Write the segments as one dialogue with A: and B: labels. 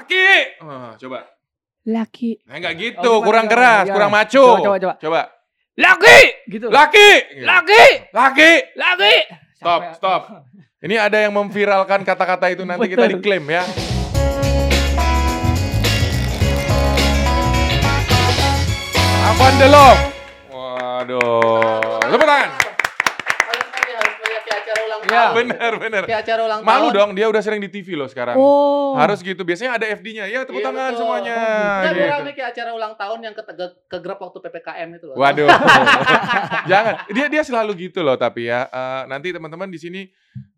A: Laki. Ah, coba.
B: Laki.
A: Nah, enggak gitu,
B: Oh, gimana,
A: kurang
B: gimana,
A: keras,
B: gimana?
A: kurang maco.
B: Coba, coba, coba.
A: Coba.
B: Laki. Gitu.
A: Laki.
B: Laki.
A: Laki.
B: Laki.
A: Stop, stop. Ini ada yang memviralkan kata-kata itu nanti kita
B: Betul.
A: diklaim ya. Apaan the love? Waduh. Tepuk tangan.
C: Harus pakai harus pakai kayak acara ulang
B: Iya.
C: tahun.
A: Bener, bener.
C: Kayak acara ulang tahun.
A: Malu dong, dia udah sering di TV loh sekarang.
B: Oh.
A: Harus gitu, biasanya ada FD-nya. Ya, tepuk
C: Iya,
A: tangan
C: betul.
A: semuanya.
C: Nggak, gue
A: Gitu.
C: Kan rame kayak acara ulang tahun yang ke, ke waktu PPKM itu loh.
A: Waduh. Jangan. Dia dia selalu gitu loh tapi ya. Eh, nanti teman-teman di sini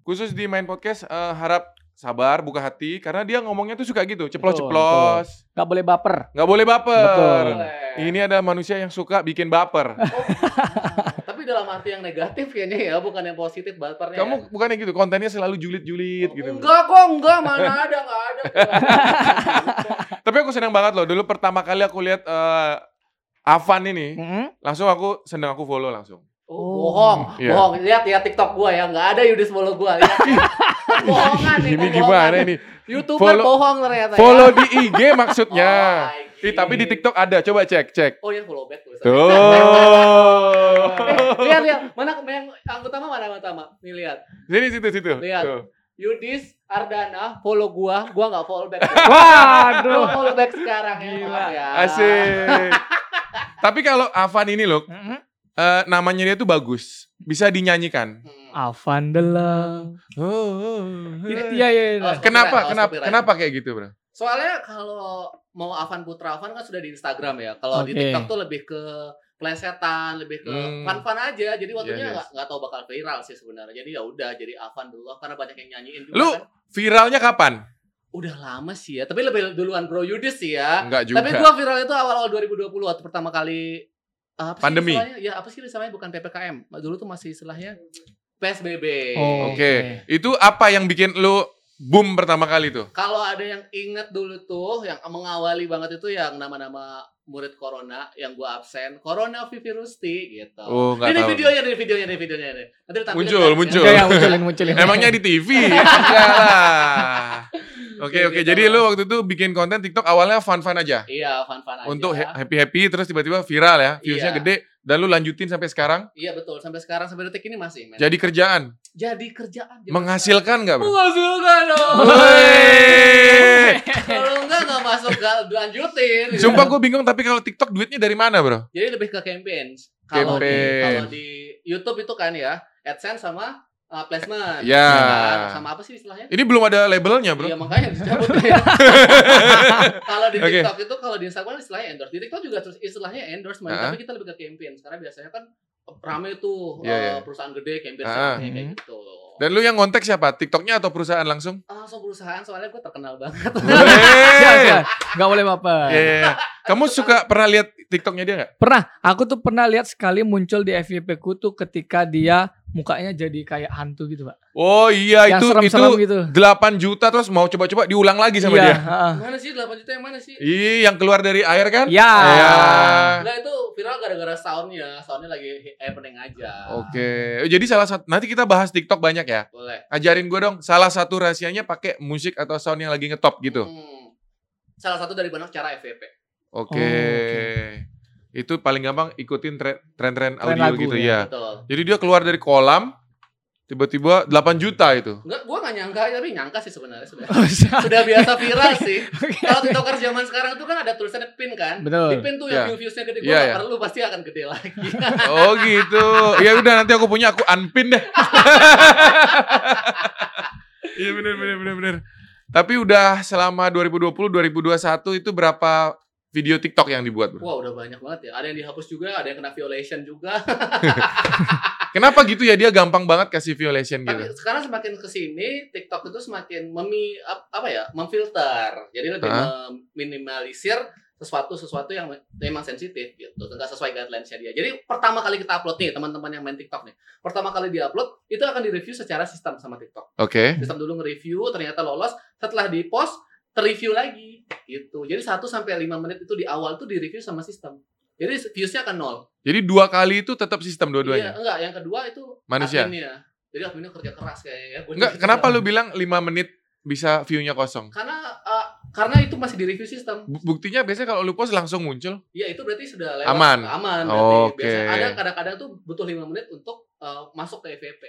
A: khusus di main podcast eh, harap sabar, buka hati karena dia ngomongnya tuh suka gitu, ceplos-ceplos.
B: Gak boleh baper.
A: nggak boleh baper.
B: Betul.
A: Ini ada manusia yang suka bikin baper.
C: Oh. Tapi dalam arti yang negatif kayaknya ya, bukan yang positif bapernya. ya.
A: Kamu bukannya gitu, kontennya selalu julit-julit gitu.
C: Enggak kok, enggak. Mana ada, enggak ada.
A: Tapi aku senang banget loh. Dulu pertama kali aku lihat eh, Avan ini,
B: Hmm?
A: langsung aku senang aku follow langsung.
C: Oh, bohong,
A: Iya.
C: bohong. Lihat ya TikTok gua ya, enggak ada Yudis follow gua. Lihat. Bohongan nih,
A: ini gimana ini?
C: YouTuber
A: Follow-
C: bohong ternyata. ya.
A: Follow di IG maksudnya.
C: Oh,
A: Ih, tapi di TikTok ada, coba cek, cek.
C: Oh iya follow back tulisannya.
A: Tuh.
C: Eh, lihat lihat mana yang yang utama mana yang utama nih lihat
A: Sini situ situ.
C: Lihat.
A: Tuh.
C: Yudis Ardana follow gua gua nggak follow back Lu
B: Waduh.
C: follow back sekarang ya
B: Gila.
C: maaf ya
A: Asik. Tapi kalau Avan ini loh,
B: Hmm?
A: eh, namanya dia tuh bagus. Bisa dinyanyikan.
C: Hmm.
B: Avandela. Iya, iya, iya.
A: Kenapa?
C: Oh, copyright, oh,
A: Kenapa?
C: copyright.
A: Kenapa kayak gitu, Bro?
C: soalnya kalau mau Avan Putra Avan kan sudah di Instagram ya kalau di
B: Oke.
C: TikTok tuh lebih ke plesetan lebih ke
A: Hmm. Iya,
C: fan-fan aja jadi waktunya
A: Yes, yes.
C: nggak nggak tahu bakal viral sih sebenarnya jadi ya udah jadi Avan dulu karena banyak yang nyanyiin juga
A: Lu
C: kan.
A: viralnya kapan?
C: udah lama sih ya tapi lebih duluan Bro Yudis sih ya
A: Enggak juga.
C: Tapi gua viral itu awal-awal 2020 waktu pertama kali apa sih
A: Pandemi.
C: istilahnya? Ya apa sih istilahnya bukan PPKM. Dulu tuh masih istilahnya PSBB.
B: Oh.
A: Oke. Itu apa yang bikin lu boom pertama kali tuh?
C: Kalau ada yang inget dulu tuh yang mengawali banget itu yang nama-nama murid corona yang gua absen, corona virus T gitu.
A: Oh, enggak
C: ini
A: tahu.
C: videonya, ini videonya, ini videonya. Ini. Nanti ditampilin
A: Muncul,
C: kan?
A: muncul.
B: Oke, ya, munculin, munculin.
A: Emangnya di TV? Enggak lah. Oke, oke. Jadi lu waktu itu bikin konten TikTok awalnya fun-fun aja.
C: Iya, fan-fan aja.
A: Untuk happy-happy terus tiba-tiba viral ya. Viewsnya
C: Iya.
A: gede dan lu lanjutin sampai sekarang.
C: Iya betul, sampai sekarang sampai detik ini masih. men.
A: Jadi kerjaan
C: Iya. Jadi kerjaan. jadi
A: menghasilkan nggak, Bro?
C: kerjaan. Menghasilkan dong.
A: Woi.
C: Kalau enggak nggak masuk nggak lanjutin. gitu.
A: Sumpah gue bingung tapi kalau TikTok duitnya dari mana, Bro?
C: Jadi lebih ke campaign. Kalau di
A: Campaign.
C: kalau di YouTube itu kan ya AdSense sama uh, placement.
A: Ya.
C: kan? Sama apa sih istilahnya?
A: Ini belum ada labelnya, Bro.
C: Iya makanya dicabut ya. kalau di
A: Oke.
C: TikTok itu kalau di Instagram istilahnya endorse. Di TikTok juga terus istilahnya endorsement,
A: Ah.
C: tapi kita lebih ke campaign. Karena biasanya kan rame tuh
A: Iya,
C: uh,
A: iya.
C: perusahaan gede campaign
A: Ah.
C: sama kayak
B: Mhm.
C: gitu.
A: Dan lu yang ngontek siapa? TikToknya atau perusahaan langsung?
C: Ah, Langsung perusahaan soalnya gue terkenal banget.
B: Siap,
A: Hei.
B: siap. Gak Iya, boleh baper.
A: Iya, iya, iya. Kamu suka pernah lihat TikToknya dia nggak?
B: Pernah, aku tuh pernah lihat sekali muncul di FYP ku tuh ketika dia mukanya jadi kayak hantu gitu, Pak.
A: Oh iya
B: Yang
A: itu itu
B: serem-serem gitu.
A: 8 juta terus mau coba-coba diulang lagi sama
B: Iya,
A: dia.
B: heeh.
C: mana sih 8 juta yang mana sih?
A: Ih, yang keluar dari air kan?
B: Ya.
A: Iya.
C: Nah itu viral gara-gara soundnya, soundnya lagi happening
A: Oh.
C: aja.
A: Oke. Jadi salah satu nanti kita bahas TikTok banyak ya.
C: Boleh.
A: Ajarin gue dong salah satu rahasianya pakai musik atau sound yang lagi ngetop gitu. Iya.
C: Hmm. Salah satu dari banyak cara FVP.
A: Oke.
B: Oh,
A: Itu paling gampang ikutin tre- tren-tren
B: Tren
A: audio
B: lagu
A: gitu
B: ya.
A: ya.
C: Betul.
A: Jadi dia keluar dari kolam tiba-tiba 8 juta itu.
C: Enggak, gua nggak nyangka, tapi nyangka sih sebenarnya sudah.
B: Oh,
A: Iya.
B: siap.
C: sudah biasa viral sih.
B: Oke.
C: Kalau TikToker zaman sekarang tuh kan ada tulisannya pin kan? Di
B: Betul.
C: pin tuh
A: Iya.
C: yang view-viewsnya gede, gua
A: Iya,
C: nggak
A: iya.
C: perlu pasti akan gede lagi.
A: Oh gitu. Ya udah nanti aku punya aku unpin deh. Iya bener bener bener bener. Tapi udah selama 2020 2021 itu berapa video TikTok yang dibuat, Bro?
C: Wah udah banyak banget ya. Ada yang dihapus juga, ada yang kena violation juga.
A: Kenapa gitu ya dia gampang banget kasih violation
C: Tapi
A: gitu.
C: sekarang semakin kesini TikTok itu semakin memi ap- apa ya, memfilter. Jadi lebih meminimalisir sesuatu sesuatu yang me- memang sensitif gitu, enggak sesuai guidelines-nya dia. Jadi pertama kali kita upload nih teman-teman yang main TikTok nih, pertama kali diupload itu akan direview secara sistem sama TikTok.
A: Oke.
C: Sistem dulu nge-review, ternyata lolos, setelah di-post terreview lagi gitu. Jadi 1 sampai 5 menit itu di awal tuh direview sama sistem. Jadi views-nya akan nol.
A: Jadi dua kali itu tetap sistem
C: Iya,
A: dua-duanya.
C: enggak, yang kedua itu
A: Manusia?
C: adminnya. Jadi adminnya kerja keras kayaknya ya. Gua
A: Enggak,
C: juga-
A: kenapa lu bilang 5 menit bisa view-nya kosong?
C: karena uh, Karena itu masih di review sistem.
A: Bu- Buktinya biasanya kalau lu post langsung muncul.
C: Ya itu berarti sudah lewat
A: Aman.
C: aman berarti.
A: Oke.
C: Biasanya ada kadang-kadang tuh butuh 5 menit untuk eh, masuk ke FVP.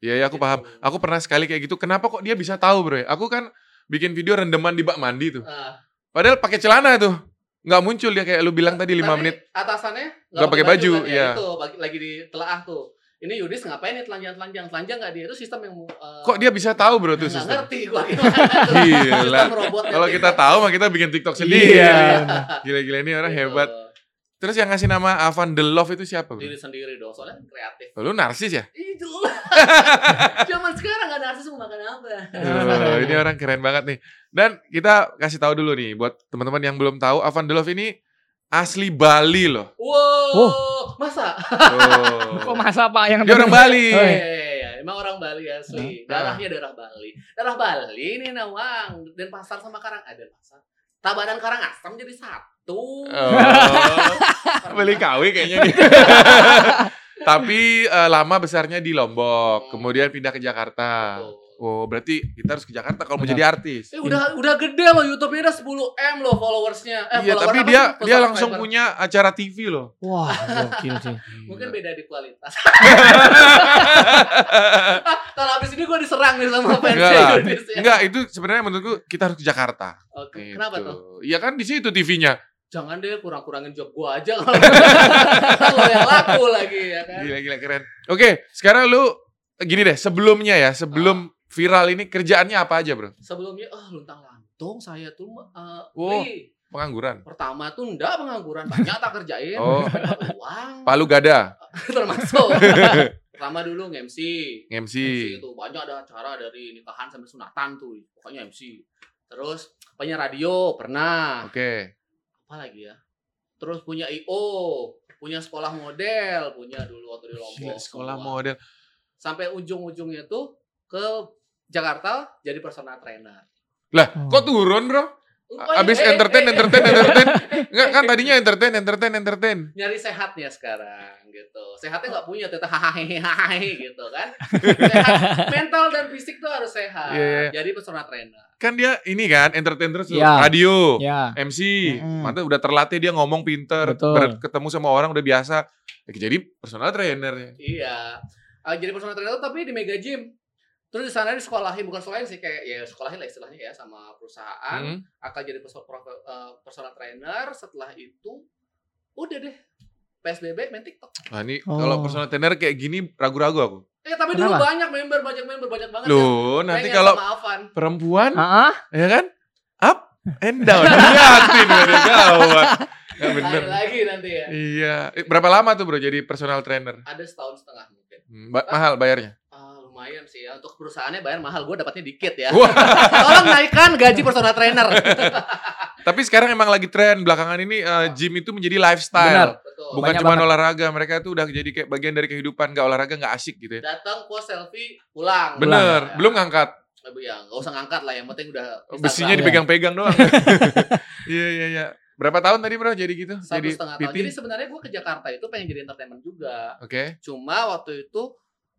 A: Iya, iya aku paham.
C: Gitu.
A: Aku pernah sekali kayak gitu. Kenapa kok dia bisa tahu, Bro? ya? Aku kan bikin video rendeman di bak mandi tuh.
C: Ah,
A: Padahal pakai celana tuh. nggak muncul dia kayak lu bilang tadi 5
C: tapi
A: menit.
C: Atasannya
A: Nggak pakai baju,
C: kan?
A: iya.
C: Itu bagi- lagi ditelaah tuh. Ini Yudis ngapain nih telanjang-telanjang? Telanjang nggak dia? Itu sistem yang eh,
A: Kok dia bisa tahu, Bro, tuh
C: nggak
A: sistem?
C: ngerti gua gimana tuh.
A: Gila.
C: Sistem robot
A: Kalau
C: yang
A: kita
C: TikTok.
A: tahu mah kita bikin TikTok sendiri.
B: Iya.
A: Gila-gila ini orang
C: Gitu.
A: hebat. Terus yang ngasih nama Avan The Love itu siapa, Bro?
C: Diri sendiri dong, soalnya kreatif.
A: Lu narsis ya?
C: Ih jelas. Zaman sekarang gak narsis mau makan apa.
A: Duh, ini orang keren banget nih. Dan kita kasih tahu dulu nih buat teman-teman yang belum tahu Avan The Love ini asli Bali loh.
C: Wow,
B: Oh.
C: masa?
A: Tuh.
B: Kok masa Pak yang
A: Oh. Dia orang Bali.
B: Oh, iya.
C: Iya, iya, iya. Emang orang Bali asli.
A: Hah?
C: Darahnya darah Bali. Darah Bali ini nawang dan pasar sama Karang ada pasar. Tabanan Karang Asam jadi satu.
A: Oh,
C: Karang-
A: beli KW kayaknya nih. Tapi eh, lama besarnya di Lombok, kemudian pindah ke Jakarta.
C: Betul.
A: Oh, berarti kita harus ke Jakarta kalau mau
B: Benar.
A: jadi artis.
C: Eh, udah udah gede loh YouTube-nya udah 10M loh followersnya. Eh,
A: Iya,
C: follower
A: tapi
C: apa
A: dia
C: sih?
A: dia langsung
C: Subscriber.
A: punya acara TV loh. Hmm.
B: Wah, gokil sih.
C: Mungkin beda di kualitas. Kalau habis ini gue diserang nih sama fans
A: Enggak lah.
C: Indonesia.
A: Enggak, itu sebenarnya menurutku kita harus ke Jakarta.
C: Oke, kenapa
A: Gitu.
C: tuh?
A: Iya kan di situ TV-nya.
C: Jangan deh kurang-kurangin job gue aja kalau kalau yang laku lagi ya kan.
A: Gila gila keren. Oke, sekarang lu gini deh, sebelumnya ya, sebelum
C: Ah.
A: viral ini kerjaannya apa aja, Bro?
C: Sebelumnya ah luntang lantung saya tuh eh,
A: Wow.
C: Ri,
A: Pengangguran.
C: pertama tuh ndak pengangguran banyak tak kerjain
A: Oh.
C: banyak uang
A: Palu gada,
C: termasuk pertama dulu nge-MC
A: MC.
C: MC itu banyak ada acara dari nikahan sampai sunatan tuh pokoknya MC terus punya radio pernah
A: Oke.
C: apa lagi ya terus punya IO punya sekolah model punya dulu waktu di
A: Gila,
C: Lombok
A: sekolah
C: semua.
A: model.
C: sampai ujung-ujungnya tuh ke Jakarta jadi personal trainer
A: Lah,
B: Oh.
A: kok turun, Bro? A- Abis
C: Eh, eh,
A: entertain,
C: eh, eh.
A: entertain, entertain. Enggak kan tadinya entertain, entertain, entertain.
C: nyari sehatnya sekarang gitu sehatnya nggak punya teteh hahaha gitu kan Sehat, mental dan fisik tuh harus sehat
A: Iya, iya.
C: jadi personal trainer
A: Kan dia ini kan entertain terus tuh.
B: Iya.
A: radio.
B: Ya.
A: MC,
B: Mm-mm.
A: mantap udah terlatih dia ngomong pinter,
B: Betul.
A: ber- ketemu sama orang udah biasa. Ya, Jadi personal trainer.
C: iya Ah, jadi personal trainer tuh tapi di mega gym terus di sana disekolahin bukan sekolahin sih kayak ya sekolahin lah istilahnya ya sama perusahaan
A: Hmm.
C: akan jadi perso- pro- eh, personal trainer setelah itu udah deh PSBB main TikTok.
A: Wah, Nah, ini
B: Oh.
A: kalau personal trainer kayak gini ragu-ragu aku.
C: Eh tapi dulu
B: Kenapa?
C: banyak member, banyak member, banyak banget. ya.
A: Loh, nanti
C: Pengen
A: kalau
C: sama Avan.
A: perempuan,
B: Ah, ah.
A: ya kan? Up and down. Liatin ada gawat. Ya bener.
C: Lain lagi nanti ya.
A: Iya. Eh, Berapa lama tuh bro jadi personal trainer?
C: Ada setahun setengah mungkin.
A: Hmm, ba- mahal bayarnya.
C: Ah, lumayan sih ya. Untuk perusahaannya bayar mahal, gue dapatnya dikit ya.
A: Wah,
C: Tolong naikkan gaji personal trainer.
A: tapi sekarang emang lagi tren belakangan ini eh, gym itu menjadi lifestyle.
C: Betul.
A: Bukan
B: Banyak
A: cuma
B: banget.
A: olahraga, mereka tuh udah jadi kayak bagian dari kehidupan. Gak olahraga gak asik gitu ya.
C: Datang post selfie, pulang.
A: Bener,
C: Ya.
A: belum ngangkat.
C: Tapi ya nggak usah ngangkat lah, yang penting udah Instagram. ya.
A: Besinya
B: Iya.
A: dipegang-pegang doang. Iya, iya, iya. Berapa tahun tadi bro jadi gitu?
C: satu
A: jadi
C: setengah
A: PT?
C: tahun. Jadi sebenarnya gue ke Jakarta itu pengen jadi entertainment juga.
A: Oke.
C: Cuma waktu itu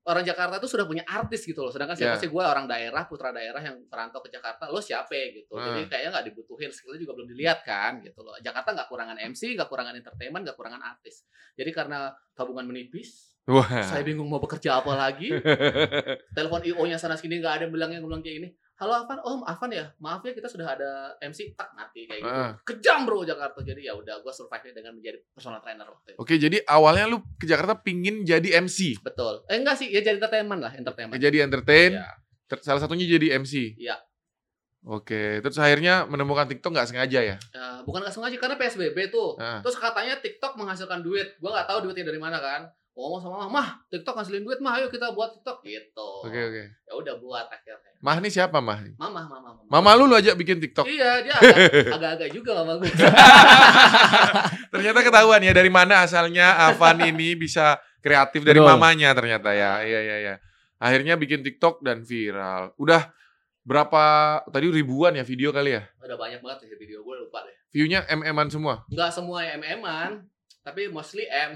C: orang Jakarta tuh sudah punya artis gitu loh. Sedangkan siapa
A: Ya.
C: sih gue orang daerah, putra daerah yang perantau ke Jakarta, lo siapa gitu.
A: Hmm.
C: Jadi kayaknya nggak dibutuhin, skillnya juga belum dilihat kan gitu loh. Jakarta nggak kurangan MC, nggak kurangan entertainment, nggak kurangan artis. Jadi karena tabungan menipis,
A: Wah.
C: saya bingung mau bekerja apa lagi. Telepon IO-nya sana sini nggak ada bilang yang bilang kayak ini. Halo Afan, oh Afan ya, maaf ya kita sudah ada MC, tak mati kayak gitu.
A: Ah.
C: Kejam bro Jakarta, jadi ya udah gue survive dengan menjadi personal trainer waktu itu.
A: Oke, jadi awalnya lu ke Jakarta pingin jadi MC,
C: Betul. Eh enggak sih, ya jadi entertainment lah, entertainment.
A: jadi entertain,
C: Ya.
A: ter- salah satunya jadi MC.
C: Iya.
A: Oke, terus akhirnya menemukan TikTok nggak sengaja ya?
C: Eh, bukan nggak sengaja karena PSBB tuh.
A: Ah.
C: Terus katanya TikTok menghasilkan duit. Gua nggak tahu duitnya dari mana kan. Gua ngomong sama mah, mah TikTok ngasilin duit mah, ayo kita buat TikTok gitu.
A: Oke oke.
C: Ya udah buat akhirnya.
A: Mah ini siapa mah?
C: Mama, mama, mama.
A: Mama lu lu ajak bikin TikTok.
C: Iya, dia agak- agak-agak juga sama gue.
A: Ternyata ketahuan ya dari mana asalnya Avan ini bisa kreatif dari
B: Betul.
A: mamanya ternyata ya. Iya iya iya. Akhirnya bikin TikTok dan viral. Udah berapa tadi ribuan ya video kali ya?
C: Udah banyak banget ya video gue lupa deh.
A: View-nya MM-an semua.
C: Nggak semua MM-an, tapi mostly M.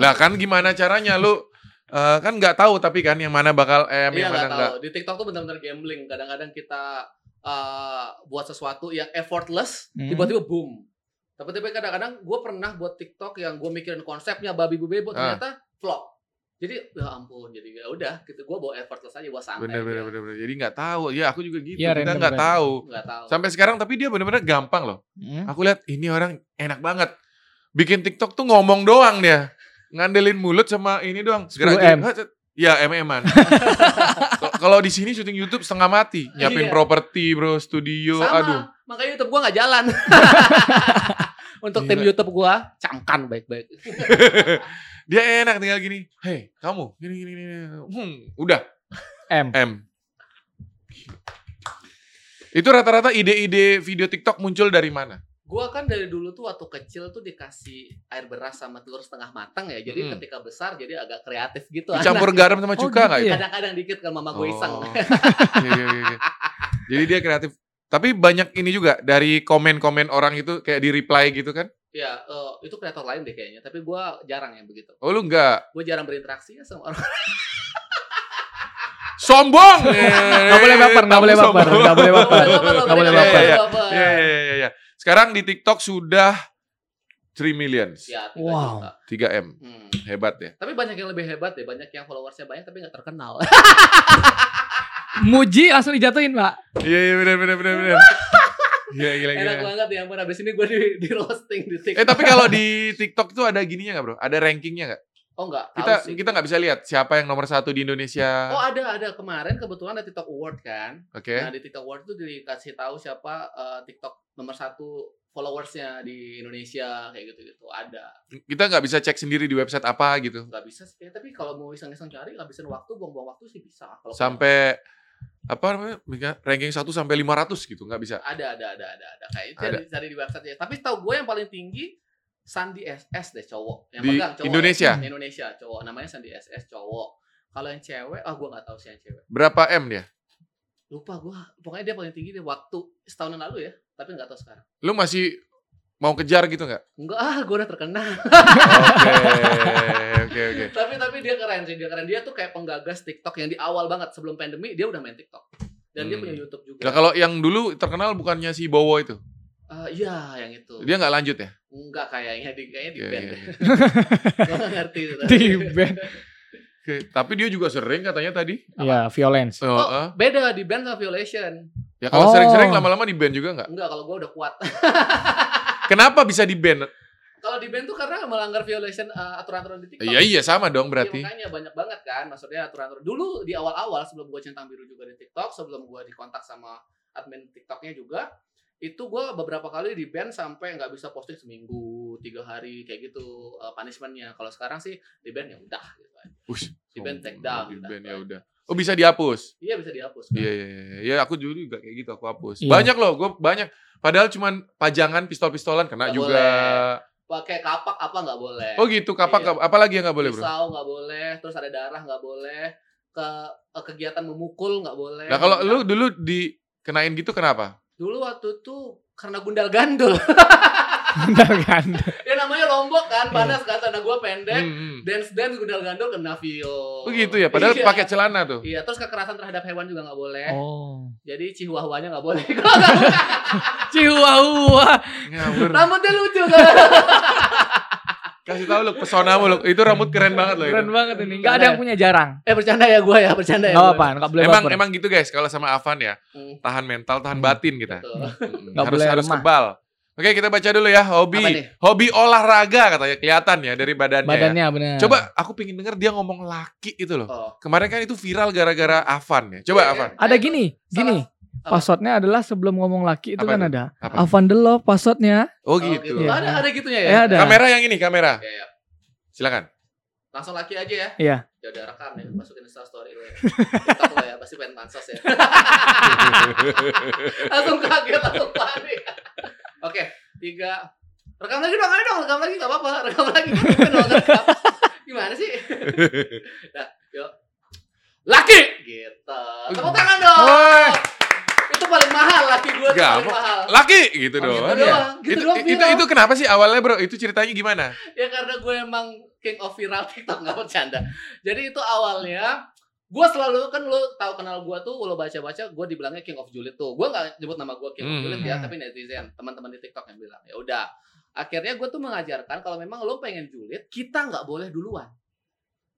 A: Lah kan gimana caranya lu eh, kan nggak tahu tapi kan yang mana bakal M
C: Iya
A: yang mana
C: nggak
A: enggak.
C: tahu. Di TikTok tuh benar-benar gambling. Kadang-kadang kita eh, buat sesuatu yang effortless
B: Hmm.
C: tiba-tiba boom tapi-tapi kadang-kadang gue pernah buat TikTok yang gue mikirin konsepnya babi bu bebo
A: Ah.
C: ternyata flop jadi ya ampun jadi ya udah gitu gue bawa effortless aja buat santai
A: bener bener
C: aja.
A: bener bener jadi nggak tahu ya aku juga gitu
B: Iya,
A: kita
B: random,
A: nggak
B: random.
A: tahu
C: nggak tahu
A: sampai sekarang tapi dia bener-bener gampang loh
B: Hmm.
A: aku lihat ini orang enak banget bikin TikTok tuh ngomong doang dia ngandelin mulut sama ini doang segera
B: 10M.
A: aja ya mm-an Kalau- kalau di sini syuting YouTube setengah mati nyiapin
C: Iya.
A: properti bro studio
C: sama
A: aduh
C: makanya YouTube gue nggak jalan untuk tim
A: Gila.
C: YouTube gue camkan baik-baik
A: dia enak tinggal gini hei kamu gini gini, gini. Hmm, udah
B: M.
A: M itu rata-rata ide-ide video TikTok muncul dari mana
C: Gua kan dari dulu tuh waktu kecil tuh dikasih air beras sama telur setengah matang ya. Jadi
A: Mm.
C: ketika besar jadi agak kreatif gitu.
A: dicampur garam sama
B: Oh,
A: cuka nggak ya?
B: gitu ya?
C: Kadang-kadang dikit kan mama gue iseng.
A: Oh. Iya, iya, iya. Jadi dia kreatif. Tapi banyak ini juga dari komen-komen orang itu kayak di reply gitu kan?
C: Ya eh, itu kreator lain deh kayaknya. Tapi gua jarang yang begitu.
A: Oh lu enggak
C: Gue jarang berinteraksi ya sama orang.
A: sombong.
B: Nggak boleh baper, nggak boleh baper, nggak boleh baper. Nggak boleh
A: baper.
C: Nggak boleh baper.
A: Iya iya iya, iya. Sekarang di TikTok sudah 3 million,
C: Ya, tiga
B: Wow.
C: juta.
A: 3M.
C: Hmm.
A: Hebat ya.
C: Tapi banyak yang lebih hebat deh. Banyak yang followersnya banyak tapi nggak terkenal.
B: Muji langsung dijatuhin, Pak.
A: Iya iya benar benar benar benar. Iya gila gila.
C: Enak banget ya ampun. Abis ini gue di, di roasting di TikTok.
A: Eh tapi kalau di TikTok itu ada gininya nggak bro? Ada rankingnya nggak?
C: oh enggak.
A: Kita kita nggak bisa lihat siapa yang nomor satu di Indonesia.
C: Oh ada ada kemarin kebetulan ada TikTok Award kan.
A: Oke.
C: Nah di TikTok World tuh dikasih tahu siapa eh, TikTok nomor satu followersnya di Indonesia kayak gitu-gitu ada
A: Kita nggak bisa cek sendiri di website apa gitu.
C: nggak bisa sih kayaknya. tapi kalau mau iseng-iseng cari ngabisin waktu buang-buang waktu sih bisa kalau
A: sampai apa namanya misalnya ranking 1 sampai 500 gitu nggak bisa
C: ada ada ada ada ada kayak itu
A: Ada.
C: cari, cari di website ya tapi tahu gue yang paling tinggi Sandi SS deh cowok yang
A: Di
C: cowok
A: Indonesia?
C: Di Indonesia cowok namanya Sandi SS cowok kalau yang cewek ah gue nggak tahu sih yang cewek
A: berapa m dia
C: lupa gue pokoknya dia paling tinggi deh waktu setahunan lalu ya tapi nggak tahu sekarang
A: lu masih mau kejar gitu nggak
C: enggak ah gue udah terkenal
A: oke oke oke
C: tapi tapi dia keren sih dia keren dia tuh kayak penggagas TikTok yang di awal banget sebelum pandemi dia udah main TikTok dan dia
A: Hmm.
C: punya YouTube juga
A: nah kalau yang dulu terkenal bukannya si Bowo itu
C: Eh, iya yang itu
A: dia nggak lanjut ya
C: enggak kayaknya di kayaknya di
A: Iya,
C: band ya.
A: iya, iya.
C: Gua nggak ngerti itu
B: Di band.
A: Oke, tapi dia juga sering katanya tadi
B: Ya, violence.
A: Oh,
C: Oh.
A: eh.
C: beda di band sama Violation
A: ya kalau
B: Oh.
A: sering-sering lama-lama di band juga nggak
C: enggak kalau gue udah kuat
A: kenapa bisa di band
C: kalau di band tuh karena melanggar Violation eh, aturan-aturan di TikTok
A: iya iya sama dong
C: Iya,
A: berarti
C: makanya banyak banget kan maksudnya aturan-aturan dulu di awal-awal sebelum gue centang biru juga di TikTok sebelum gue dikontak sama admin TikToknya juga itu gue beberapa kali di ban sampai nggak bisa posting seminggu tiga hari kayak gitu eh, punishmentnya kalau sekarang sih di ban ya udah gitu kan.
A: Ush,
C: Di band
A: sombong,
C: take down,
A: di
C: udah.
A: band ya udah oh bisa dihapus
C: iya bisa dihapus kan.
A: Iya, iya, iya. Ya, aku dulu juga kayak gitu, aku hapus.
B: Nah. Iya.
A: Banyak loh, gue banyak. Padahal cuman pajangan pistol-pistolan kena
C: Nggak
A: juga.
C: pakai kapak apa nggak boleh
A: Oh gitu, kapak
C: Iya.
A: kap- apalagi yang nggak boleh bro?
C: pisau nggak boleh terus ada darah nggak boleh ke eh, kegiatan memukul nggak boleh
A: Nah kalau lu dulu dikenain gitu kenapa?
C: dulu waktu itu karena gundal gandul
B: Benar kan?
C: ya namanya lombok kan panas kan karena gue pendek
A: Hmm, hmm.
C: dance dance gundal gandul kena Vio.
A: Oh gitu ya, padahal
C: Iya.
A: pakai celana tuh.
C: Iya, terus kekerasan terhadap hewan juga nggak boleh.
B: Oh.
C: Jadi chihuahua-nya nggak boleh. Kalau nggak boleh,
B: Chihuahua.
A: Ngawur.
C: rambutnya lucu kan.
A: Kasih tahu lu pesonamu lu. Itu rambut keren banget loh itu.
B: Keren banget ini. Enggak ada yang punya jarang.
C: eh bercanda ya gue ya, bercanda ya.
B: Enggak
C: gua.
B: apa-apa, enggak boleh
A: Emang
B: baper.
A: emang gitu guys, kalau sama Avan ya,
C: Hmm, gitu.
A: tahan mental, tahan
B: Hmm.
A: batin kita.
C: betul. Hmm.
A: Mm-mm.
B: Nggak
A: harus
B: boleh
A: harus
B: lemah.
A: kebal. Oke, kita baca dulu ya
C: Apa
A: hobi.
C: nih?
A: Hobi olahraga katanya kelihatan ya dari badannya. ya.
B: Badannya benar.
A: Coba aku pengen denger dia ngomong laki itu loh.
C: Oh.
A: Kemarin kan itu viral gara-gara Avan ya. Coba
C: Iya,
A: Avan.
C: iya.
B: ada gini, gini.
C: Apa?
B: Passwordnya adalah sebelum ngomong laki itu
A: Apa
B: kan
A: itu?
B: ada.
A: Apa?
B: Avan the Love passwordnya.
A: Oh
C: Oh,
A: gitu.
B: Iya.
C: Ada ada gitunya ya.
B: Eh, ada.
A: Kamera yang ini kamera.
C: Oke, ya.
A: Silakan.
C: Langsung laki aja ya.
B: Iya.
C: Ya udah rekam ya, masukin Insta story lo ya. TikTok lo ya, pasti pengen pansos ya. langsung kaget, langsung panik. Oke, tiga. Rekam lagi dong, ayo dong, rekam lagi nggak apa-apa, rekam lagi. Gimana dong, rekam? Gimana sih? Nah, yuk. Laki, gitu. Tepuk tangan dong.
A: Woi,
C: Itu paling mahal laki gue tuh paling
A: Gampang.
C: mahal.
A: laki gitu
C: Oh,
A: doang.
C: gitu
A: ya.
C: doang, gitu
A: itu,
C: doang
A: itu,
C: viral.
A: itu kenapa sih awalnya bro? Itu ceritanya gimana?
C: Ya karena gue emang king of viral TikTok nggak bercanda. Jadi itu awalnya Gue selalu kan lo tahu kenal gue tuh lo baca-baca gue dibilangnya King of Julid tuh. Gue nggak nyebut nama gue King of
A: Hmm.
C: Julid ya, tapi netizen teman-teman di TikTok yang bilang ya udah. Akhirnya gue tuh mengajarkan kalau memang lo pengen julid, kita nggak boleh duluan.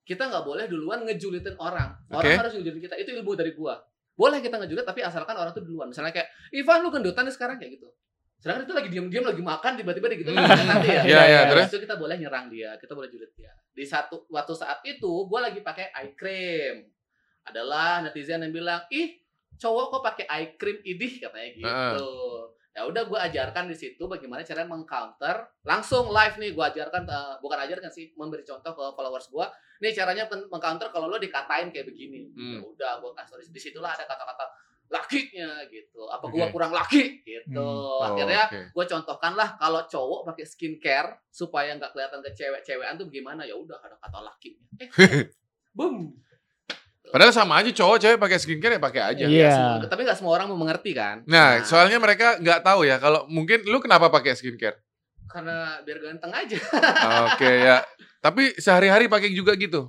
C: Kita nggak boleh duluan ngejulitin orang. Orang
A: Oke.
C: harus ngejulitin kita. Itu ilmu dari gue. Boleh kita ngejulit tapi asalkan orang tuh duluan. Misalnya kayak Ivan lu gendutan nih sekarang kayak gitu. Sedangkan itu lagi diam-diam lagi makan tiba-tiba gitu
A: Hmm.
C: nanti ya.
A: Iya, iya, terus?
C: Itu kita boleh nyerang dia, kita boleh julid dia. Di satu waktu saat itu gue lagi pakai eye cream. Adalah netizen yang bilang, "Ih, cowok kok pakai eye cream idih?" katanya gitu. Ya udah gue ajarkan di situ bagaimana cara mengcounter langsung live nih gue ajarkan eh, bukan ajarkan sih memberi contoh ke followers gue nih caranya pen- mengcounter kalau lo dikatain kayak begini
A: Hmm.
C: ya udah gue kasih di situlah ada kata-kata lakinya gitu apa gua
A: Oke.
C: kurang laki gitu
A: Oh,
C: akhirnya
A: oke.
C: gue contohkan lah kalau cowok pakai skincare supaya nggak kelihatan ke cewek-cewekan tuh gimana ya udah ada kata laki eh boom
A: Padahal sama aja cowok cewek pakai skincare ya pakai aja.
B: Iya.
C: semua- tapi nggak semua orang mau mengerti kan
A: Nah, soalnya mereka nggak tahu ya kalau mungkin lu kenapa pakai skincare?
C: karena biar ganteng aja
A: Oke ya. Tapi sehari-hari pakai juga gitu.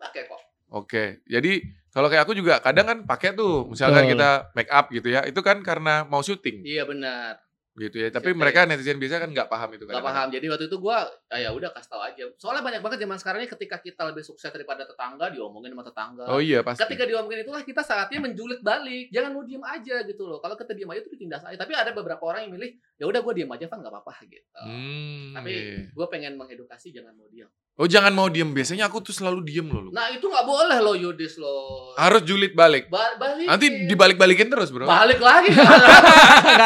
C: pakai kok
A: Oke. Jadi kalau kayak aku juga kadang kan pakai tuh, misalkan
B: Betul.
A: kita make up gitu ya. Itu kan karena mau syuting
C: iya benar
A: gitu ya. Tapi
C: Syuting.
A: mereka netizen biasa kan nggak paham itu kan.
C: nggak paham jadi waktu itu gue ah, ya udah kasih tahu aja soalnya banyak banget zaman sekarang ini ketika kita lebih sukses daripada tetangga diomongin sama tetangga
A: Oh iya pasti.
C: ketika diomongin itulah kita saatnya menjulit balik jangan lu diem aja gitu loh kalau kita diem aja itu ditindas aja tapi ada beberapa orang yang milih ya udah gue diem aja kan nggak apa-apa gitu
A: Hmm,
C: tapi
A: iya.
C: gue pengen mengedukasi jangan mau diam
A: Oh jangan mau diem. Biasanya aku tuh selalu diem loh. Lu.
C: nah itu nggak boleh loh Yudis lo
A: Harus julid balik.
C: ba balik
A: Ah. Nanti dibalik-balikin terus bro.
C: balik lagi
B: Gak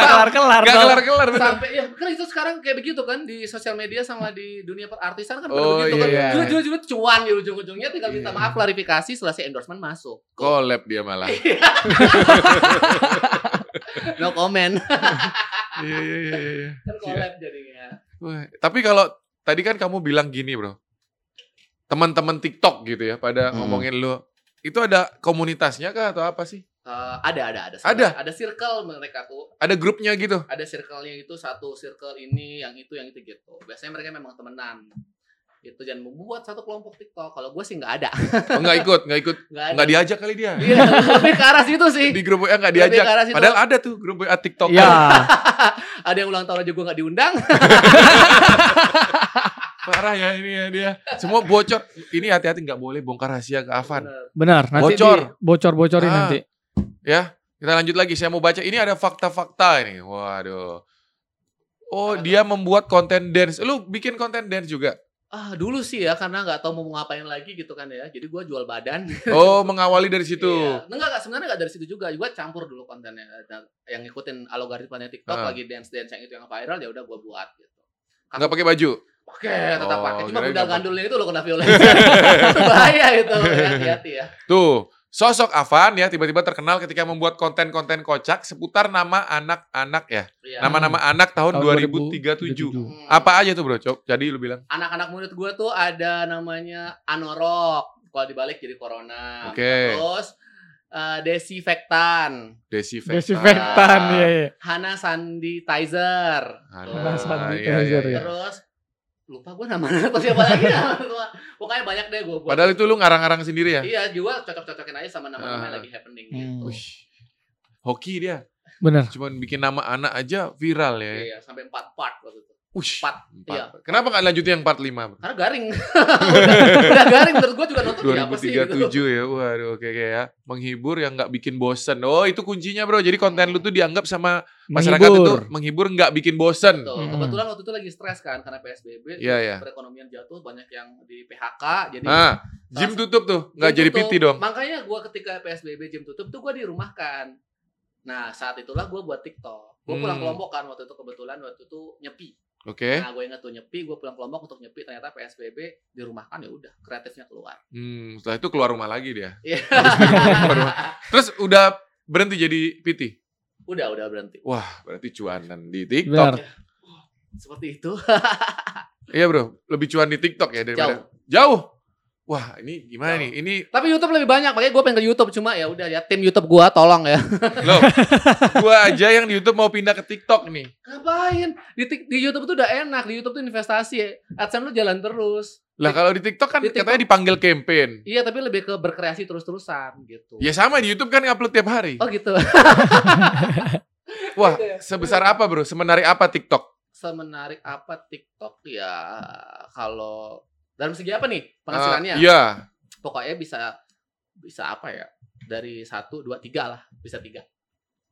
B: kelar-kelar
A: Gak
B: dong.
A: kelar-kelar. bener.
C: sampai ya kan itu sekarang kayak begitu kan di sosial media sama di dunia perartisan kan
A: Oh,
C: pada
A: iya,
C: begitu kan
A: iya.
C: julit-julit cuan di ujung-ujungnya tinggal minta
A: Iya.
C: maaf klarifikasi selesai endorsement masuk
A: Collab dia malah.
C: Iya. no comment
A: Iya iya iya. iya.
C: kan collab jadinya
A: Wah, tapi kalau tadi kan kamu bilang gini bro, teman-teman TikTok gitu ya pada
C: Hmm.
A: ngomongin lu, itu ada komunitasnya kah atau apa sih?
C: Eh, ada ada ada sebenarnya. ada circle mereka tuh
A: Ada grupnya gitu?
C: ada circle-nya itu satu circle ini yang itu yang itu gitu biasanya mereka memang temenan gitu jangan membuat satu kelompok TikTok kalau gue sih nggak ada
A: Oh, nggak ikut, nggak ikut,
C: nggak ada
A: nggak diajak kali dia.
C: Iya, lebih ke arah situ sih
A: Di grup WA nggak
C: Lebih
A: diajak.
C: ke arah situ.
A: Padahal ada tuh grup WA TikTok.
B: Ya.
C: ada yang ulang tahun aja gue nggak diundang
A: Parah ya ini ya dia. Semua bocor. Ini hati-hati nggak boleh bongkar rahasia ke Avan.
C: Bener.
B: Benar, nanti
A: Bocor.
B: di- bocor-bocorin
A: Ah.
B: nanti.
A: Ya, kita lanjut lagi. Saya mau baca. Ini ada fakta-fakta ini. Waduh. Oh,
C: Apa
A: dia membuat konten dance. Lu bikin konten dance juga?
C: ah dulu sih ya karena nggak tahu mau ngapain lagi gitu kan ya jadi gue jual badan
A: Oh, mengawali dari situ.
C: Iya. Enggak, enggak sebenarnya enggak dari situ juga. Gue campur dulu kontennya Nah, yang ngikutin algoritmanya TikTok
A: Ah.
C: lagi dance-dance yang itu yang viral ya udah gue buat gitu.
A: Nggak pakai baju.
C: Pakai, tetap
A: Oh,
C: pakai. Cuma
A: kirain
C: udah
A: nggak
C: gandulnya itu loh kena violence. Itu Bahaya itu. Ya, Hati-hati ya.
A: Tuh, sosok Avan ya tiba-tiba terkenal ketika membuat konten-konten kocak seputar nama anak-anak ya.
C: Iya.
A: Nama-nama anak tahun,
B: Tahun
A: 2037.
B: 2037.
C: Hmm.
A: Apa aja tuh bro, Cok? Jadi lu bilang,
C: Anak-anak murid gue tuh ada namanya Anorok. Kalau dibalik jadi
B: Ah.
C: Corona.
A: Oke.
C: Terus eh, Desinfektan.
A: desinfektan.
B: Desinfektan ya, ya.
C: Hana Sanitizer.
A: Hana
B: Hana
C: Terus-
A: Ah, iya,
B: sanitizer
A: Oh,
B: ya.
C: Terus lupa gue namanya atau siapa lagi ya. Pokoknya banyak deh gue.
A: Padahal itu lu ngarang-ngarang sendiri ya?
C: Iya, juga cocok-cocokin aja sama nama-nama
A: Ah.
C: yang lagi happening
B: Hmm.
C: gitu.
A: Wih. Hoki dia,
B: Benar.
A: cuman bikin nama anak aja viral ya.
C: Iya, sampai 4 part waktu itu.
A: Ush,
C: Empat,
A: empat.
C: iya.
A: Kenapa nggak lanjutin yang part 5?
C: Karena garing. udah, udah garing menurut gua juga nonton ya apa sih gitu.
A: 2037 ya, waduh oke oke ya Menghibur yang nggak bikin bosen Oh itu kuncinya bro, jadi konten lu tuh dianggap sama masyarakat itu
B: Menghibur.
A: Menghibur nggak bikin bosen
C: Betul.
B: Hmm.
C: Kebetulan waktu itu lagi stres kan karena PSBB,
A: Iya, iya.
C: perekonomian jatuh, banyak yang di PHK, jadi
A: Ah, gym tutup tuh, nggak
C: Gym
A: jadi
C: tutup.
A: PT dong.
C: Makanya gua ketika PSBB gym tutup tuh gua di rumah kan. Nah, saat itulah gua buat TikTok. Gua pulang
A: Hmm. Eh?
C: kelompok kan waktu itu kebetulan waktu itu nyepi.
A: Oke.
C: Nah, gue inget tuh nyepi, gue pulang kelompok untuk nyepi. Ternyata PSBB di rumah kan ya udah kreatifnya keluar.
A: Hmm, setelah itu keluar rumah lagi dia.
C: Iya.
A: Terus udah berhenti jadi PT.
C: udah, udah berhenti.
A: Wah, berarti cuanan di TikTok.
B: Benar.
C: Seperti itu.
A: Iya, Bro. Lebih cuan di TikTok ya daripada
C: Jauh.
A: jauh. Wah, ini gimana
C: Jauh.
A: nih? Ini
C: Tapi YouTube lebih banyak, makanya gue pengen ke YouTube cuma ya udah ya tim YouTube gua tolong ya.
A: loh. gua aja yang di YouTube mau pindah ke TikTok nih.
C: Ngapain? Di, Tik- di YouTube tuh udah enak, di YouTube tuh investasi. AdSense lu jalan terus.
A: Lah kalau di TikTok kan
C: Di TikTok-
A: katanya dipanggil campaign.
C: Iya, tapi lebih ke berkreasi terus-terusan gitu.
A: Ya sama di YouTube kan upload tiap hari.
C: Oh gitu.
A: Wah,
C: gitu ya.
A: sebesar apa bro? Semenarik apa TikTok?
C: Semenarik apa TikTok ya kalau dalam segi apa nih
A: Eh,
C: penghasilannya?
A: Iya.
C: Pokoknya bisa bisa apa ya? Dari satu, dua, tiga lah, bisa tiga.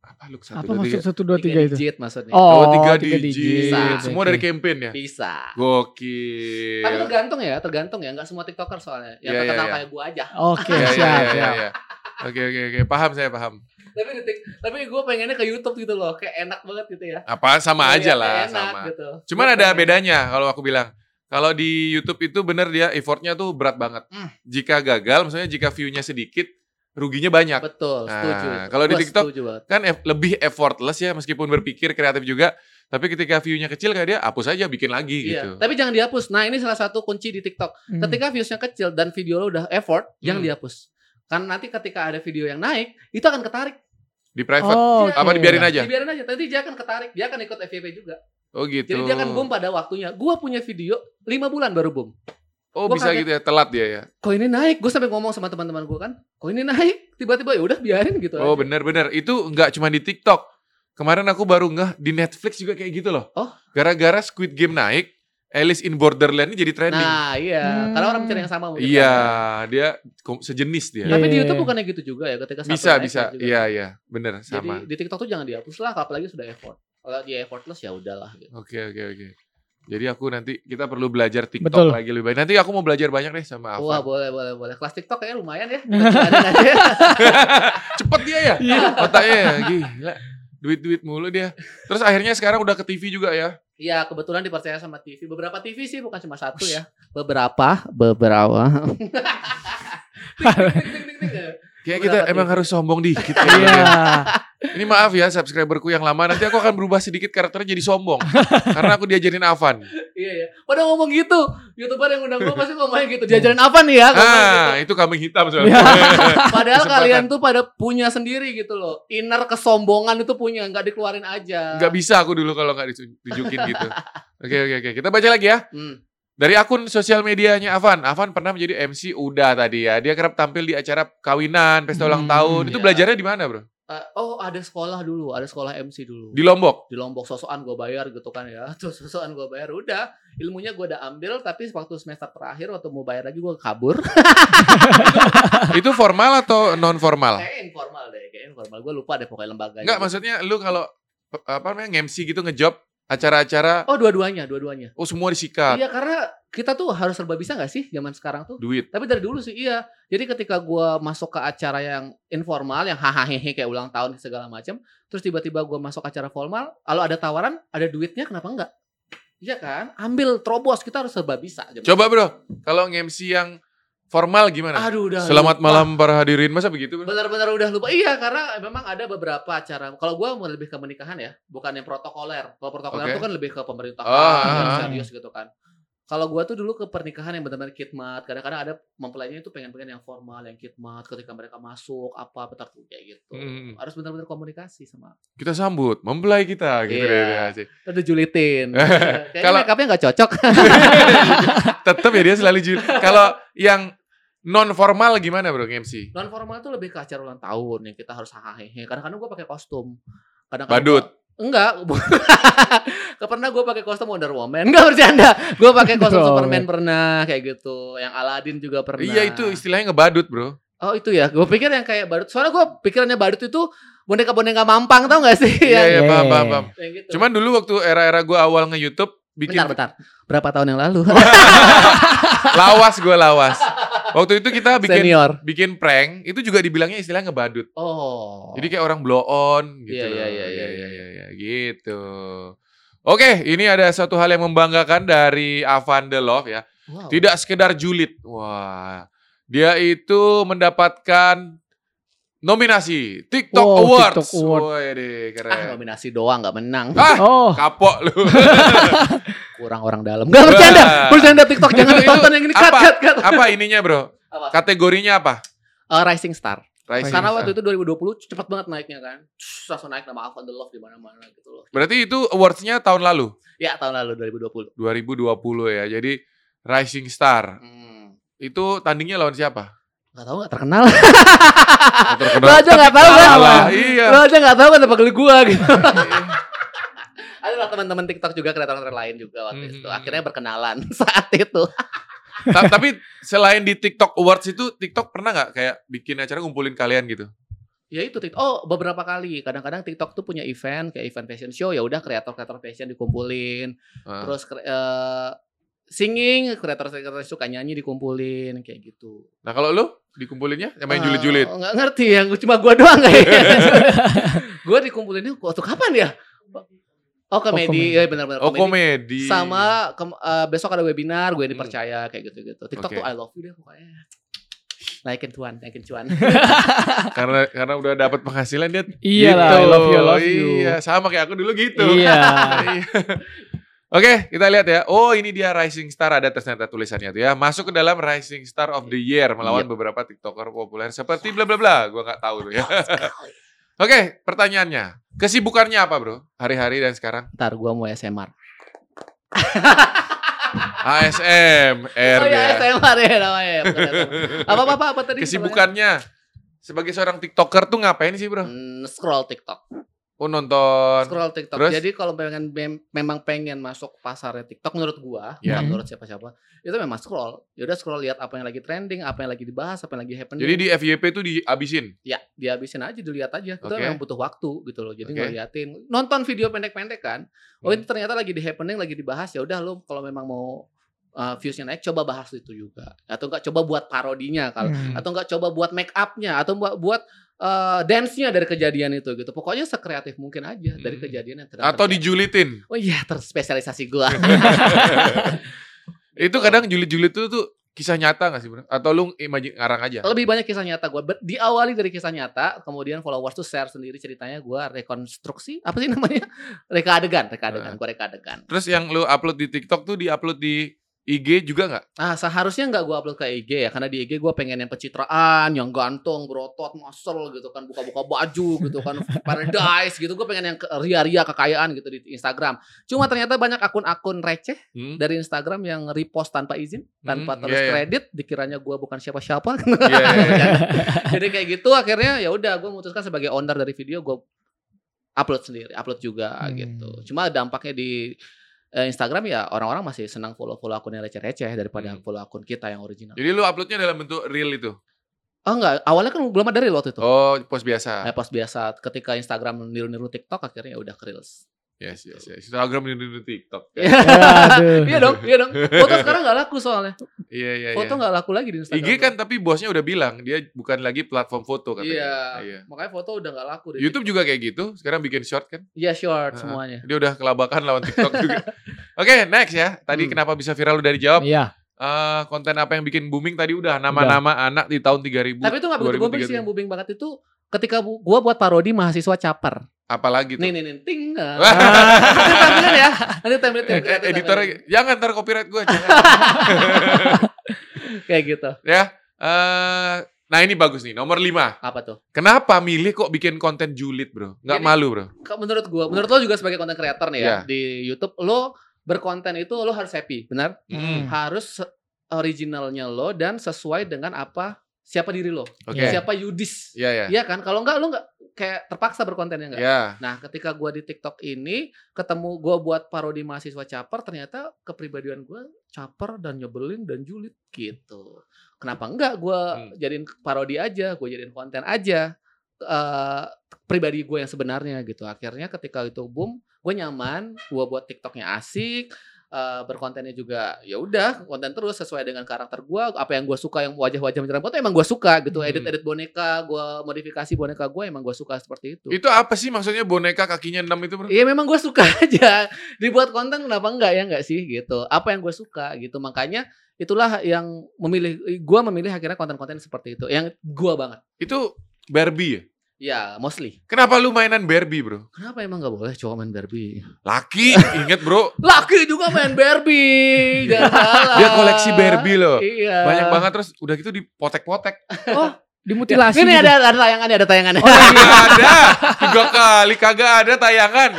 A: Apa lu satu
B: Apa
A: dua,
B: maksud
A: tiga?
B: satu dua tiga itu?
C: digit maksudnya.
A: Oh,
B: Oh,
A: tiga,
B: tiga
A: digit.
B: digit.
A: Semua dari campaign ya?
C: Bisa.
A: Gokil.
C: Tapi tergantung ya, tergantung ya. Nggak semua TikToker soalnya. Yang
A: Iya,
C: terkenal
A: iya, iya.
C: kayak gue aja.
B: Oke,
A: Iya, iya,
B: siap,
A: iya,
B: siap.
A: iya. Oke oke oke paham saya paham.
C: Tapi di Tik- tapi gue pengennya ke YouTube gitu loh. Kayak enak banget gitu ya.
A: Apa sama
C: Kayak
A: aja lah
C: enak
A: sama.
C: Gitu.
A: Cuman
C: Gua
A: ada
C: pengen-
A: bedanya kalau aku bilang. Kalau di YouTube itu bener dia effortnya tuh berat banget.
C: Hmm.
A: Jika gagal, maksudnya jika view-nya sedikit, ruginya banyak.
C: Betul, setuju.
A: Nah,
C: itu.
A: kalau di
C: Gua
A: TikTok-
C: setuju banget.
A: Kan eff- lebih effortless ya meskipun berpikir kreatif juga. Tapi ketika view-nya kecil kayak dia hapus aja bikin lagi
C: Iya.
A: gitu.
C: Tapi jangan dihapus. Nah ini salah satu kunci di TikTok.
B: Hmm.
C: Ketika viewsnya kecil dan video lo udah effort, jangan
A: Hmm.
C: dihapus. Karena nanti ketika ada video yang naik, itu akan ketarik. Iya.
A: Di private.
B: Oh,
A: Apa
B: oke.
A: dibiarin aja?
C: Dibiarin aja. Nanti dia akan ketarik. Dia akan ikut FYP juga.
A: Oh gitu.
C: Jadi dia akan boom pada waktunya. Gua punya video 5 bulan baru boom.
A: Oh
C: Gua
A: bisa
C: kaget.
A: gitu ya, telat dia ya.
C: Kok ini naik? Gue sampai ngomong sama teman-teman gue kan. Kok ini naik? Tiba-tiba ya udah biarin gitu.
A: Oh
C: aja.
A: benar-benar itu nggak cuma di TikTok. Kemarin aku baru ngeh di Netflix juga kayak gitu loh.
C: Oh.
A: Gara-gara Squid Game naik, Alice in Borderland ini jadi trending.
C: Nah iya.
B: Hmm.
C: Karena orang mencari yang sama. mungkin. kan.
A: iya, dia kom- sejenis dia.
C: Tapi di
B: Iya, iya,
C: YouTube
B: iya.
C: bukannya gitu juga ya ketika satu
A: bisa
C: naik,
A: bisa.
C: naik juga.
A: Iya iya, bener sama.
C: Jadi di TikTok tuh jangan dihapus lah apalagi sudah effort. Kalau dia effortless ya udahlah gitu.
A: Oke oke oke. Jadi aku nanti kita perlu belajar TikTok
B: Betul.
A: lagi lebih baik. Nanti aku mau belajar banyak deh sama
C: Wah,
A: Alfa.
C: boleh boleh boleh. Kelas TikTok kayaknya lumayan ya. Kecuali aja.
A: Cepet dia ya.
B: Iya.
A: Otaknya ya, gila. Duit-duit mulu dia. Terus akhirnya sekarang udah ke TV juga ya.
C: Iya, kebetulan dipercaya sama TV. Beberapa TV sih bukan cuma satu ya. Beberapa, beberapa. Ting, ting, ting, ting,
A: ya.
C: ting.
A: Kayak
C: Beberapa
A: kita emang
C: TV.
A: harus sombong dikit. kayaknya. ya.
B: Iya.
A: Ini maaf ya subscriberku yang lama Nanti aku akan berubah sedikit karakternya jadi sombong Karena aku diajarin Avan
C: Iya ya. Pada ngomong gitu, youtuber yang undang gua pasti ngomongnya gitu. Diajarin apa nih ya? ngomongnya gitu.
A: Hmm. Ah itu kambing hitam
B: Iya.
A: soalnya
C: Padahal
A: kesempatan.
C: kalian tuh pada punya sendiri gitu loh. Inner kesombongan itu punya, nggak dikeluarin aja.
A: Gak bisa aku dulu kalau gak ditunjukin gitu Oke oke oke Kita baca lagi ya
C: Hmm.
A: Dari akun sosial medianya Avan Avan pernah menjadi MC Uda tadi ya Dia kerap tampil di acara kawinan Pesta ulang
B: Hmm,
A: tahun Itu
C: iya.
A: belajarnya di mana bro?
C: Eh, oh, ada sekolah dulu, ada sekolah MC dulu.
A: Di Lombok
C: di Lombok sosokan gue bayar gitu kan ya terus sosokan gue bayar udah ilmunya gue udah ambil tapi waktu semester terakhir waktu mau bayar lagi gue kabur
A: Itu formal atau non formal?
C: kayak informal deh kayak informal gue lupa deh pokoknya lembaganya
A: Enggak maksudnya lu kalau pe- Apa namanya MC gitu ngejob Acara-acara
C: oh dua-duanya dua-duanya
A: Oh semua disikat
C: iya karena kita tuh harus serba bisa nggak sih zaman sekarang tuh
A: Duit
C: tapi dari dulu sih iya jadi ketika gue masuk ke acara yang informal yang hahaha kayak ulang tahun segala macam terus tiba-tiba gue masuk acara formal kalau ada tawaran ada duitnya kenapa enggak Iya kan, ambil terobos kita harus serba bisa. gitu. zaman
A: Coba bro, kalau nge-MC yang formal gimana?
C: Aduh udah.
A: Selamat
C: lupa.
A: malam para hadirin, masa begitu bro?
C: Benar-benar udah lupa. Iya, karena memang ada beberapa acara. Kalau gua mau lebih ke menikahan ya, bukan yang protokoler. Kalau
A: Oke.
C: protokoler itu kan lebih ke pemerintahan,
A: Ah,
C: yang
B: ah, ah.
C: serius gitu kan. Kalau gua tuh dulu ke pernikahan yang benar-benar khidmat. Kadang-kadang ada mempelainya itu pengen-pengen yang formal, yang khidmat ketika mereka masuk apa petar kayak gitu.
A: Hmm.
C: Harus benar-benar komunikasi sama.
A: Kita sambut, mempelai kita gitu
C: Iya.
A: deh, dia.
C: Terus julitin. Iya,
A: Kalau-
C: Kayaknya makeupnya nggak cocok.
A: Tetep ya dia selalu jujur. Kalau yang non formal gimana bro nge-MC?
C: Non formal tuh lebih ke acara ulang tahun yang kita harus hahaha. Kadang-kadang gua pakai kostum. Kadang-kadang
A: Badut.
C: gua- enggak. Gak pernah gue pakai kostum Wonder Woman. Enggak bercanda. Gue pakai kostum
B: Wonder
C: Superman pernah kayak gitu. Yang Aladdin juga pernah.
A: Oh. Iya itu istilahnya ngebadut bro.
C: Oh itu ya. Gue pikir yang kayak Barut. Soalnya gue pikirannya Barut itu boneka-boneka mampang tau gak sih? Yang-
A: Iya iya paham
B: Iya.
A: paham paham.
C: yang gitu.
A: Cuman dulu waktu era-era gue awal nge-youtube bikin
C: bentar, bentar. Berapa tahun yang lalu?
A: lawas gue lawas. Waktu itu kita bikin
C: Senior.
A: bikin prank itu juga dibilangnya istilah ngebadut.
C: Oh.
A: Jadi kayak orang blow on gitu.
C: Iya, iya,
A: loh.
C: iya, iya,
A: iya,
C: iya,
A: iya, iya, gitu. Oke, ini ada satu hal yang membanggakan dari Avan The Love ya.
C: Wow.
A: Tidak sekedar julid. Wah. Dia itu mendapatkan nominasi TikTok
B: Wow,
A: Awards.
B: TikTok Award.
A: Woi, deh, keren.
C: Ah nominasi doang gak menang.
A: Ah,
B: Oh,
A: kapok lu.
C: Kurang orang dalam. Gak bercanda.
A: Wah.
C: Bercanda TikTok. Jangan
A: Itu- itu
C: ditonton yang ini. Cut,
A: apa?
C: cut, cut.
A: apa ininya, Bro?
C: Apa?
A: Kategorinya apa?
C: Eh, Rising Star.
A: Rising
C: Karena
A: Star.
C: waktu itu 2020 cepat banget naiknya kan. Cus, Langsung naik nama Alpha The Love di mana-mana gitu loh.
A: Berarti itu awards-nya tahun lalu,
C: Ya tahun lalu 2020.
A: 2020 ya. Jadi Rising Star.
C: Hmm.
A: Itu tandingnya lawan siapa?
C: Gak tau gak terkenal
A: Yang terkenal.
B: Lo aja nggak tahu kan?
A: Kalah, iya.
B: Lo aja nggak tahu kan apa gua gitu.
C: Iya. Adalah teman-teman TikTok juga kreator-kreator lain juga waktu itu
A: Mhm.
C: Akhirnya berkenalan saat itu
A: Ta- tapi selain di TikTok Awards itu, TikTok pernah nggak kayak bikin acara ngumpulin kalian gitu?
C: Ya itu TikTok. Oh, beberapa kali. Kadang-kadang TikTok tuh punya event kayak event fashion show, ya udah kreator-kreator fashion dikumpulin.
A: Ah.
C: Terus kre- eh, singing, kreator-kreator suka nyanyi dikumpulin kayak gitu.
A: Nah kalau lu dikumpulinnya yang main
C: Eh,
A: julid-julid.
C: Nggak ngerti ya, cuma gua doang kayaknya. gua dikumpulinnya waktu kapan ya? Oh,
B: komedi.
C: komedi. Ya benar-benar
A: Oh komedi.
C: Sama kem- eh, besok ada webinar, gue
A: Hmm.
C: dipercaya kayak gitu-gitu. TikTok
A: Oke.
C: tuh I love you deh pokoknya. Naikin cuan, naikin cuan.
A: karena karena udah dapat penghasilan dia
B: Iya lah, I
A: gitu.
B: love you, I love you.
A: Iya, sama kayak aku dulu gitu.
B: Iya.
A: Iya. Oke, kita lihat ya. Oh, ini dia Rising Star ada ternyata tulisannya tuh ya. Masuk ke dalam Rising Star of the Year melawan beberapa TikToker populer seperti bla bla bla. Gua nggak tahu tuh ya. Oke, pertanyaannya. Kesibukannya apa, Bro? Hari-hari dan sekarang?
C: Ntar gua mau SMR.
A: ASM, R
C: Oh
A: dia.
C: ya, SMR ya namanya. ya, bukan SMR. apa apa apa, apa tadi?
A: Kesibukannya sebagai seorang TikToker tuh ngapain sih, Bro?
C: Hmm, scroll TikTok.
A: Oh, nonton.
C: Scroll TikTok.
A: Terus?
C: Jadi kalau pengen mem- memang pengen masuk pasarnya TikTok menurut gua,
A: Ya.
C: bukan menurut siapa-siapa, itu memang scroll. Ya udah scroll lihat apa yang lagi trending, apa yang lagi dibahas, apa yang lagi happening.
A: Jadi di FYP tuh dihabisin.
C: ya dihabisin aja dilihat aja. Itu
A: Oke.
C: memang butuh waktu gitu loh. Jadi
A: Oke.
C: ngeliatin, nonton video pendek-pendek kan. Oh
A: Hmm.
C: itu ternyata lagi di happening, lagi dibahas. Ya udah lo kalau memang mau uh, viewsnya naik, coba bahas itu juga. Atau enggak coba buat parodinya kalau
B: Hmm.
C: atau enggak coba buat make upnya atau buat buat eh, dance-nya dari kejadian itu gitu. Pokoknya sekreatif mungkin aja dari
A: Hmm.
C: kejadian yang terjadi.
A: Atau dijulitin.
C: Oh iya, terspesialisasi gua.
A: Itu kadang julid-julid itu tuh kisah nyata gak sih bro? Atau lu imajin ngarang aja?
C: Lebih banyak kisah nyata gua. Ber- Diawali dari kisah nyata, kemudian followers tuh share sendiri ceritanya gua rekonstruksi, apa sih namanya? Reka adegan, reka adegan, gua reka adegan.
A: Terus yang lu upload di TikTok tuh di-upload di IG juga gak?
C: Ah, seharusnya nggak gua upload ke IG ya, karena di IG gua pengen yang pencitraan, yang gantung, berotot, muscle gitu kan, buka-buka baju gitu kan, paradise gitu. Gua pengen yang ke- ria-ria kekayaan gitu di Instagram. Cuma ternyata banyak akun-akun receh
A: Hmm?
C: dari Instagram yang repost tanpa izin, tanpa
A: Hmm,
C: terus
A: iya, iya.
C: kredit, dikiranya gua bukan siapa-siapa.
A: Iya, iya, iya.
C: Jadi kayak gitu akhirnya ya udah gua memutuskan sebagai owner dari video gua upload sendiri, upload juga
B: Hmm.
C: gitu. Cuma dampaknya di eh, Instagram ya orang-orang masih senang follow-follow akun yang receh-receh daripada
A: Hmm.
C: follow akun kita yang original.
A: Jadi lu uploadnya dalam bentuk reel itu?
C: Oh enggak, awalnya kan belum ada reel waktu itu.
A: Oh post biasa?
C: Nah, pas biasa ketika Instagram niru-niru TikTok akhirnya ya udah ke reels.
A: Yes, yes, yes. Instagram di, di, di TikTok.
C: Iya.
B: Aduh.
C: iya dong, iya dong. Foto sekarang nggak laku soalnya.
A: Iya, iya, iya.
C: Foto nggak laku lagi di Instagram.
A: IG kan tapi bosnya udah bilang dia bukan lagi platform foto katanya.
C: Iya.
A: Iya.
C: Makanya foto udah nggak laku di
A: YouTube juga kayak gitu. Sekarang bikin short kan?
C: TikTok. Iya
A: Ah.
C: short semuanya.
A: Dia udah kelabakan lawan TikTok juga. Oke, next ya. Tadi
C: Hmm.
A: kenapa bisa viral lu dari jawab?
B: Iya.
A: Eh, konten apa yang bikin booming tadi udah nama-nama anak di tahun 3000
C: Tapi itu nggak begitu booming
A: 2030.
C: sih yang booming banget itu ketika bu- gua buat parodi mahasiswa caper.
A: apalagi tuh
C: Nih nih nih ting. eh.
A: Wah.
C: Nanti tampilin ya. Nanti tampilin
A: Eh,
C: tampilin, tampilin.
A: editornya jangan ntar copyright gue jangan
C: kayak gitu.
A: Eh, nah ini bagus nih nomor 5
C: Apa tuh?
A: kenapa milih kok bikin konten julid bro nggak
C: Jadi-
A: malu bro
C: Kak, menurut gua, menurut lo juga sebagai konten kreator nih ya
A: Iya.
C: di YouTube lo berkonten itu lo harus happy, benar?
A: Hmm,
C: Harus se- originalnya lo dan sesuai dengan apa siapa diri lo,
A: oke
B: Iya.
C: siapa Yudis.
A: ya ya
C: Iya kan? Kalau enggak lo enggak kayak terpaksa berkontennya enggak?
A: ya
C: Nah, ketika gua di TikTok ini ketemu gua buat parodi mahasiswa caper, ternyata kepribadian gua caper dan nyebelin dan julid gitu. Kenapa enggak gua
A: Hmm.
C: jadiin parodi aja, gua jadiin konten aja. eh pribadi gue yang sebenarnya gitu. Akhirnya ketika itu boom, gue nyaman, gua buat TikToknya asik, eh, berkontennya juga ya udah konten terus sesuai dengan karakter gua apa yang gua suka yang wajah-wajah mencerah itu emang gua suka gitu
A: Hmm.
C: edit edit boneka gua modifikasi boneka gua emang gua suka seperti itu
A: itu apa sih maksudnya boneka kakinya 6 itu bro
C: Iya memang gue suka aja dibuat konten kenapa enggak ya enggak sih gitu. Apa yang gue suka gitu makanya itulah yang memilih gue memilih akhirnya konten-konten seperti itu yang gue banget.
A: itu Barbie ya
C: Ya mostly.
A: kenapa lu mainan Barbie bro
C: Kenapa emang nggak boleh cowok main Barbie?
A: laki inget bro
C: Laki juga main Barbie. jangan salah.
A: dia koleksi Barbie loh
C: Iya.
A: banyak banget terus udah gitu dipotek-potek
C: Ini
B: Dimutilasi. gitu. Oh, iya.
C: ada ada tayangannya ada tayangannya.
A: Kagak ada tiga kali kagak ada tayangan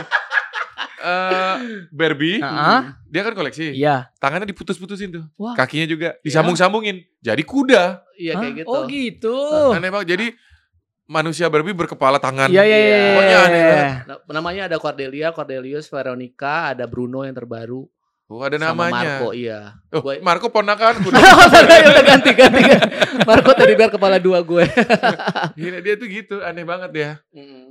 A: eh, Barbie,
C: Hmm.
B: Nah,
A: dia kan koleksi.
B: iya.
A: Tangannya diputus-putusin tuh.
B: Wah. Iya.
A: Kakinya juga disambung-sambungin. Jadi kuda.
C: Iya
B: Hah?
C: kayak gitu.
B: Oh gitu.
A: Aneh banget. Jadi manusia Barbie berkepala tangan.
B: Iya iya iya.
A: Pokoknya aneh banget.
C: Nah, namanya ada Cordelia, Cordelius, Veronica, ada Bruno yang terbaru.
A: Oh, ada
C: Sama
A: namanya.
C: Marco, iya.
A: Oh,
C: Gue-
A: Marco ponakanku.
C: ya udah ganti ganti. ganti. Marco tadi biar kepala dua gue.
A: Gila, dia tuh gitu, aneh banget ya.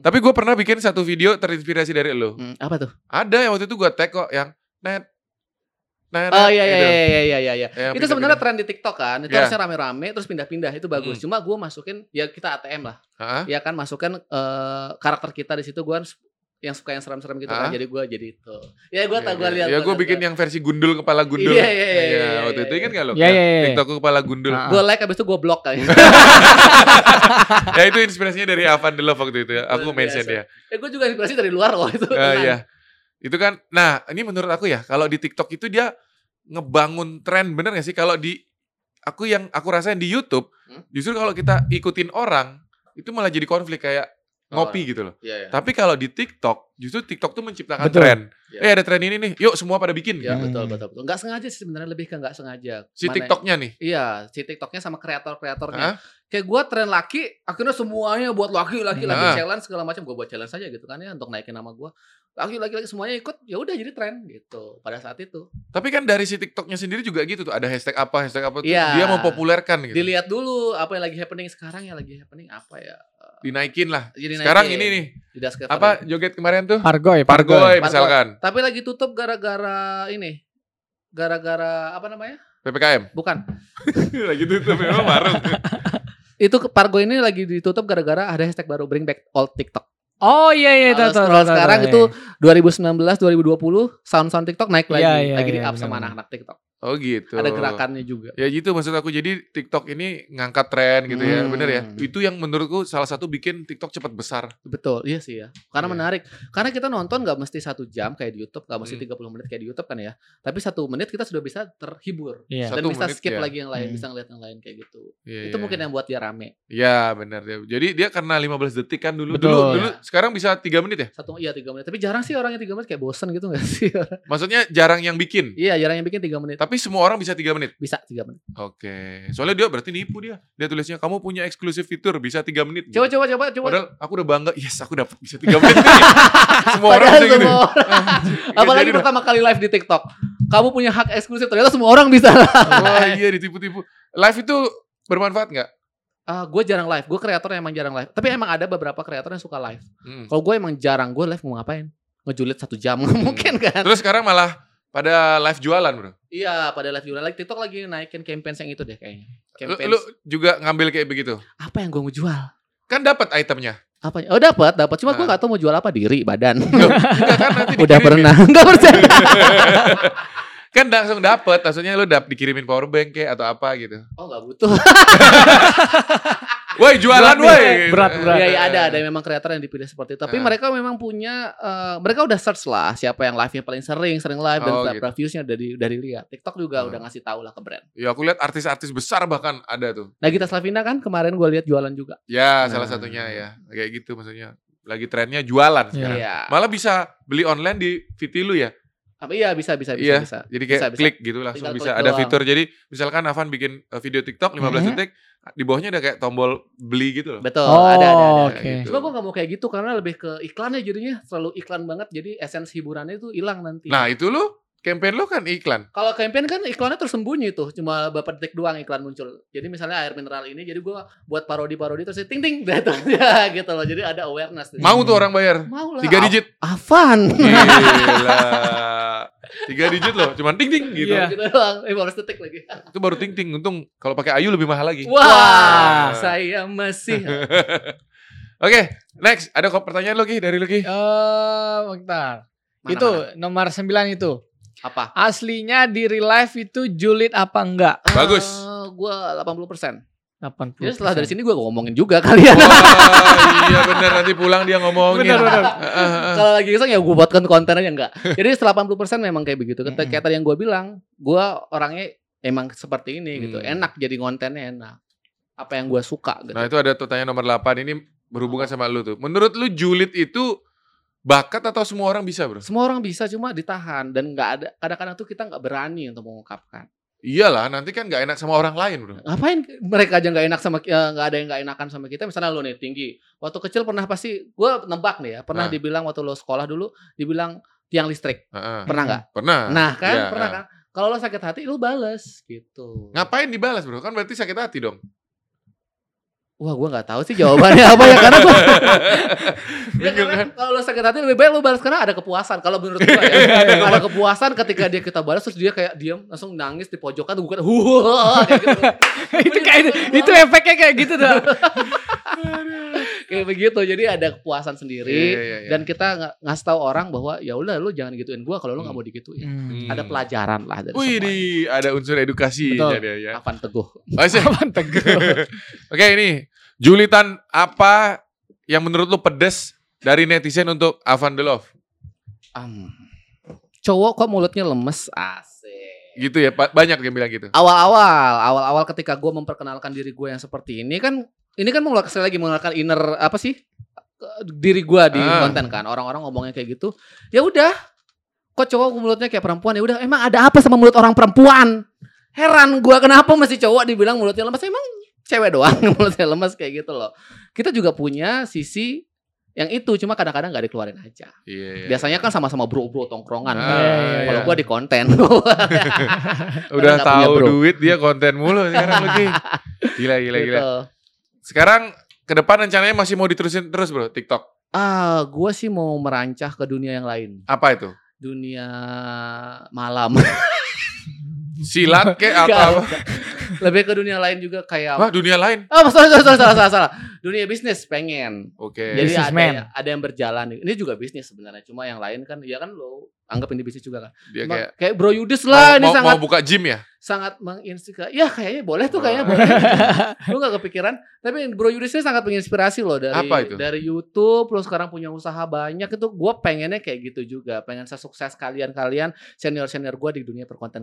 A: Tapi gue pernah bikin satu video terinspirasi dari lo.
C: Hmm, apa tuh?
A: Ada yang waktu itu gue tag kok yang net, net.
C: Oh iya iya
A: gitu.
C: iya iya iya iya. iya.
A: Yang
C: Itu
A: pindah-pindah.
C: sebenarnya tren di TikTok kan. Itu
A: Iya.
C: harusnya rame-rame terus pindah-pindah itu bagus.
A: Hmm.
C: Cuma gue masukin ya kita ATM lah.
A: Hah?
C: Ya kan masukin eh, karakter kita di situ gue yang suka yang seram-seram gitu
A: Ah.
C: kan. Jadi gue jadi itu. Ya gue tak gue lihat.
A: Ya gue bikin yang versi gundul kepala gundul.
C: Iya, iya, iya,
A: Iya,
C: iya,
A: Waktu itu
C: iya.
A: ingat gak lo?
B: Iya, iya, iya.
A: TikTok kepala gundul.
B: Ah.
C: Gue like abis itu kan. gue blok kali.
A: ya itu inspirasinya dari Avan The Love waktu itu ya. Aku
C: Luar
A: mention
C: biasa.
A: dia.
C: eh gue juga inspirasi dari luar loh itu.
A: Eh, Iya. Itu kan. Nah ini menurut aku ya. Kalau di TikTok itu dia ngebangun tren bener gak sih? Kalau di aku yang aku rasain di YouTube,
C: Hmm?
A: justru kalau kita ikutin orang itu malah jadi konflik kayak ngopi gitu loh.
C: Iya iya.
A: Tapi kalau di TikTok, justru TikTok tuh menciptakan
B: Betul.
A: tren.
C: Iya.
A: Eh ada tren ini nih, yuk semua pada bikin.
C: Ya
A: gitu.
C: betul
B: Hmm.
C: betul betul. Enggak sengaja sih sebenarnya lebih ke enggak sengaja.
A: Si
C: Mana-
A: TikToknya nih.
C: Iya, si TikToknya sama
A: Hah?
C: kreator-kreatornya. Kayak gua tren laki, akhirnya semuanya buat laki, laki, laki
A: Nah.
C: challenge segala macam. Gua buat challenge aja gitu kan ya untuk naikin nama gua. Laki, laki, laki semuanya ikut, ya udah jadi tren gitu pada saat itu.
A: Tapi kan dari si TikToknya sendiri juga gitu tuh, ada hashtag apa, hashtag apa tuh,
C: Iya.
A: dia mempopulerkan gitu.
C: Dilihat dulu apa yang lagi happening sekarang yang lagi happening apa ya.
A: Dinaikin lah.
C: Jadi
A: Sekarang
C: naikin
A: ini nih,
C: di dashboard
A: apa
C: ini.
A: joget kemarin tuh?
B: Pargoy,
A: Pargoy
B: Pargoy.
A: misalkan,
C: Tapi lagi tutup gara-gara ini. Gara-gara apa namanya?
A: PPKM.
C: Bukan.
A: Iya, Lagi tutup memang marung.
C: Itu ke- Pargo ini lagi ditutup gara-gara ada hashtag baru bring back old TikTok.
B: Oh iya iya
C: Kalau
B: tahu tahu.
C: scroll
B: tahu, tahu,
C: sekarang
B: tahu,
C: itu
B: iya.
C: 2019 2020 sound-sound TikTok naik lagi,
B: Iya, iya,
C: lagi di
B: iya,
C: up sama
B: benar.
C: anak-anak TikTok.
A: Oh gitu.
C: Ada gerakannya juga.
A: Ya gitu maksud aku jadi TikTok ini ngangkat tren gitu ya,
C: Hmm.
A: bener ya. Itu yang menurutku salah satu bikin TikTok cepat besar.
C: Betul, iya sih ya. Karena
A: Iya.
C: menarik. Karena kita nonton nggak mesti satu jam kayak di YouTube, nggak mesti
A: Hmm.
C: 30 menit kayak di YouTube kan ya. Tapi satu menit kita sudah bisa terhibur
B: Iya.
C: dan
A: Satu
C: bisa
A: menit,
C: skip
A: iya.
C: lagi yang lain,
B: Hmm.
C: bisa ngeliat yang lain kayak gitu.
A: Iya,
C: Itu
A: iya.
C: mungkin yang buat dia rame.
A: Ya benar dia. Jadi dia karena 15 detik kan dulu
B: Betul.
A: dulu dulu sekarang bisa 3 menit ya.
C: Satu iya tiga menit. Tapi jarang sih orang yang tiga menit kayak bosen gitu nggak sih?
A: Maksudnya jarang yang bikin.
C: iya jarang yang bikin tiga menit.
A: Tapi semua orang bisa 3 menit.
C: Bisa tiga menit.
A: Oke. Soalnya dia berarti nipu dia. Dia tulisnya kamu punya eksklusif fitur bisa 3 menit. Gitu.
C: Coba coba coba coba.
A: Iya. Padahal aku udah bangga, yes aku dapat bisa 3 menit. semua orang
C: Padahal
A: bisa gitu.
C: semua orang.
A: Ya,
C: Apalagi
A: jadi dong.
C: pertama kali live di TikTok. Kamu punya hak eksklusif ternyata semua orang bisa.
A: Wah iya ditipu-tipu. Live itu bermanfaat nggak?
C: Ah, gue jarang live. Gue kreator yang emang jarang live. Tapi emang ada beberapa kreator yang suka live.
A: Hmm.
C: Kalau gue emang jarang, gue live mau ngapain? Ngejulit satu jam nggak mungkin kan?
A: Terus sekarang malah pada live jualan bro.
C: Iya, pada live juga. Like TikTok lagi naikin campaign yang itu deh kayaknya.
A: Lu,
C: Campaign
A: lu juga ngambil kayak begitu.
C: apa yang gue mau jual?
A: Kan dapat itemnya.
C: Apa? Oh dapat, dapat. Cuma gue
A: Nah.
C: nggak tahu mau jual apa diri, badan.
A: Enggak kan nanti
C: Udah
A: dikirimin.
C: pernah. Nggak percaya.
A: Kan langsung dapet, maksudnya lu dap dikirimin power bank kayak atau apa gitu.
C: Oh nggak butuh.
A: Woi jualan
B: Berat
A: woi.
B: nih, berat, berat.
C: Iya, iya, ada ada memang kreator yang dipilih seperti itu. Tapi
A: ya. Ah.
C: mereka memang punya eh, mereka udah search lah siapa yang live-nya paling sering, sering live dan
A: Oh,
C: tiap
A: gitu.
C: reviewsnya udah di, udah dilihat. TikTok juga
A: Ah.
C: udah ngasih tahu lah ke brand.
A: Ya aku lihat artis-artis besar bahkan ada tuh.
C: Nah, kita Slavina kan kemarin gue lihat jualan juga.
A: Ya salah
C: Nah.
A: satunya ya kayak gitu maksudnya. Lagi trennya jualan sekarang.
C: Iya.
A: Malah bisa beli online di Viti lu ya.
C: Apa iya bisa bisa bisa
A: Iya.
C: bisa.
A: Jadi kayak
C: Bisa, bisa.
A: klik gitu langsung
C: Tinggal
A: bisa
C: klik
A: ada
C: doang. Mm-hmm.
A: fitur. Jadi misalkan Avan bikin eh, video TikTok 15
B: Mhm.
A: detik, di bawahnya ada kayak tombol beli gitu loh.
C: Betul,
B: Oh,
C: ada ada. ada.
B: oke.
A: Gitu.
C: Cuma gue gak mau kayak gitu karena lebih ke iklannya jadinya terlalu iklan banget jadi esensi hiburannya itu hilang nanti.
A: Nah, itu lu campaign lu kan iklan.
C: Kalau campaign kan iklannya tersembunyi tuh, cuma beberapa detik doang iklan muncul. Jadi misalnya air mineral ini, jadi gue buat parodi-parodi terus ting ting gitu, ya, gitu loh. Jadi ada awareness. Gitu.
A: Mau tuh orang bayar.
C: mau lah. Iya.
A: Tiga digit. Iya.
C: Avan.
A: Gila. Tiga digit loh, cuman ting ting gitu.
B: Iya.
C: Gitu doang. Eh 15 detik lagi.
A: Itu baru ting ting. Untung kalau pakai Ayu lebih mahal lagi.
C: Wah, Ah, saya masih.
A: Oke, next ada kok pertanyaan lagi dari Oh, Luki.
B: Eh, bentar. itu
C: Mana-mana.
B: nomor 9 itu.
C: apa?
B: Aslinya di real life itu julid apa enggak?
C: Eh,
A: Bagus.
C: gue 80%.
B: 80.
C: Jadi setelah dari sini gue ngomongin juga ya. kalian.
A: Wah, iya bener nanti pulang dia ngomongin.
B: Bener, bener.
A: Heeh, heeh.
C: Kalau lagi iseng ya gue buatkan konten aja enggak. Jadi setelah 80% memang kayak begitu. Kata-
B: Mm-mm.
C: Kayak tadi yang gue bilang, gue orangnya emang seperti ini gitu.
A: Hmm.
C: Enak jadi kontennya enak. Apa yang gue suka gitu.
A: Nah, itu ada pertanyaan nomor 8 ini berhubungan sama lu tuh. Menurut lu julid itu Bakat atau semua orang bisa bro?
C: Semua orang bisa cuma ditahan dan nggak ada kadang-kadang tuh kita nggak berani untuk mengungkapkan.
A: Iyalah, nanti kan nggak enak sama orang lain bro.
C: Ngapain mereka aja nggak enak sama ki- eh, nggak ada yang nggak enakan sama kita. Misalnya lo nih tinggi. Waktu kecil pernah pasti gue nebak nih ya. Pernah
A: Ah.
C: dibilang waktu lo sekolah dulu dibilang tiang listrik.
A: Heeh.
C: Pernah nggak?
A: Pernah.
C: Nah kan
A: Iya,
C: pernah
A: ah.
C: kan. Kalau lo sakit hati lo bales gitu.
A: Ngapain dibalas bro? Kan berarti sakit hati dong.
C: Wah gue nggak tahu sih jawabannya apa ya karena gue Ya,
A: Bingung
C: karena
A: kan?
C: kalau lo sakit hati lebih baik lo balas karena ada kepuasan kalau menurut gue
A: Iya,
C: ya ada kepuasan ketika dia kita balas terus dia kayak diam langsung nangis di pojokan bukan huuuh kayak gitu.
B: itu kayak itu efeknya kayak gitu tuh.
C: kayak begitu jadi ada kepuasan
A: Iya,
C: sendiri
A: iya, iya.
C: dan kita nga- ngasih tahu orang bahwa ya udah lo jangan gituin gue kalau lo nggak mau digituin
A: Hmm.
C: ada pelajaran lah dari
A: Wih,
C: semua
A: di- ada unsur edukasi
C: Betul.
A: dia ya.
C: kapan teguh
A: Oh, sih.
B: Kapan teguh?
A: Oke ini Julitan apa yang menurut lu pedes dari netizen untuk Avan The Love?
C: Am. cowok kok mulutnya lemes asik
A: Gitu ya pa- banyak yang bilang gitu.
C: awal-awal, awal-awal ketika gue memperkenalkan diri gue yang seperti ini kan, ini kan mengeluarkan sekali lagi mengeluarkan inner apa sih ke- diri gue di
A: Ah.
C: konten kan. Orang-orang ngomongnya kayak gitu. Ya udah, kok cowok mulutnya kayak perempuan ya udah. Emang ada apa sama mulut orang perempuan? Heran gue kenapa masih cowok dibilang mulutnya lemas? Emang cewek doang yang mulutnya lemas kayak gitu loh. Kita juga punya sisi yang itu cuma kadang-kadang nggak dikeluarin aja.
A: Iya. iya.
C: Biasanya kan sama-sama bro-bro
A: Ah,
C: tongkrongan. kan.
B: iya,
C: Kalau
A: iya.
C: gue di konten,
A: udah
C: nggak punya
A: tahu
C: bro.
A: duit dia konten mulu sekarang lagi. Gila gila gila.
C: gitu.
A: Sekarang ke depan rencananya masih mau diterusin terus bro TikTok.
C: Ah, gue sih mau merancah ke dunia yang lain,
A: Apa itu?
C: dunia malam.
A: Silat kek
C: Nggak,
A: atau apa?
C: nggak. Lebih ke dunia lain juga kayak.
A: Wah, dunia lain.
C: Oh, sorry, sorry, sorry, salah, salah, salah. Dunia bisnis pengen.
A: Oke.
C: Jadi ada
B: Businessman.
C: yang, ada yang berjalan. Ini juga bisnis sebenarnya, cuma yang lain kan, ya kan lo anggap ini bisnis juga kan.
A: Dia
C: Cuma
A: Ya, kayak
C: kayak Bro Yudis
A: mau,
C: lah, ini
A: mau-
C: sangat
A: mau buka gym ya?
C: sangat menginspirasi. Ya kayaknya boleh tuh, kayaknya
A: Oh.
C: boleh. Lu gak kepikiran. Tapi Bro Yudis ini sangat menginspirasi loh dari
A: Apa itu?
C: dari YouTube, lo sekarang punya usaha banyak itu. Gue pengennya kayak gitu juga. Pengen sesukses kalian-kalian senior senior gue di dunia perkonten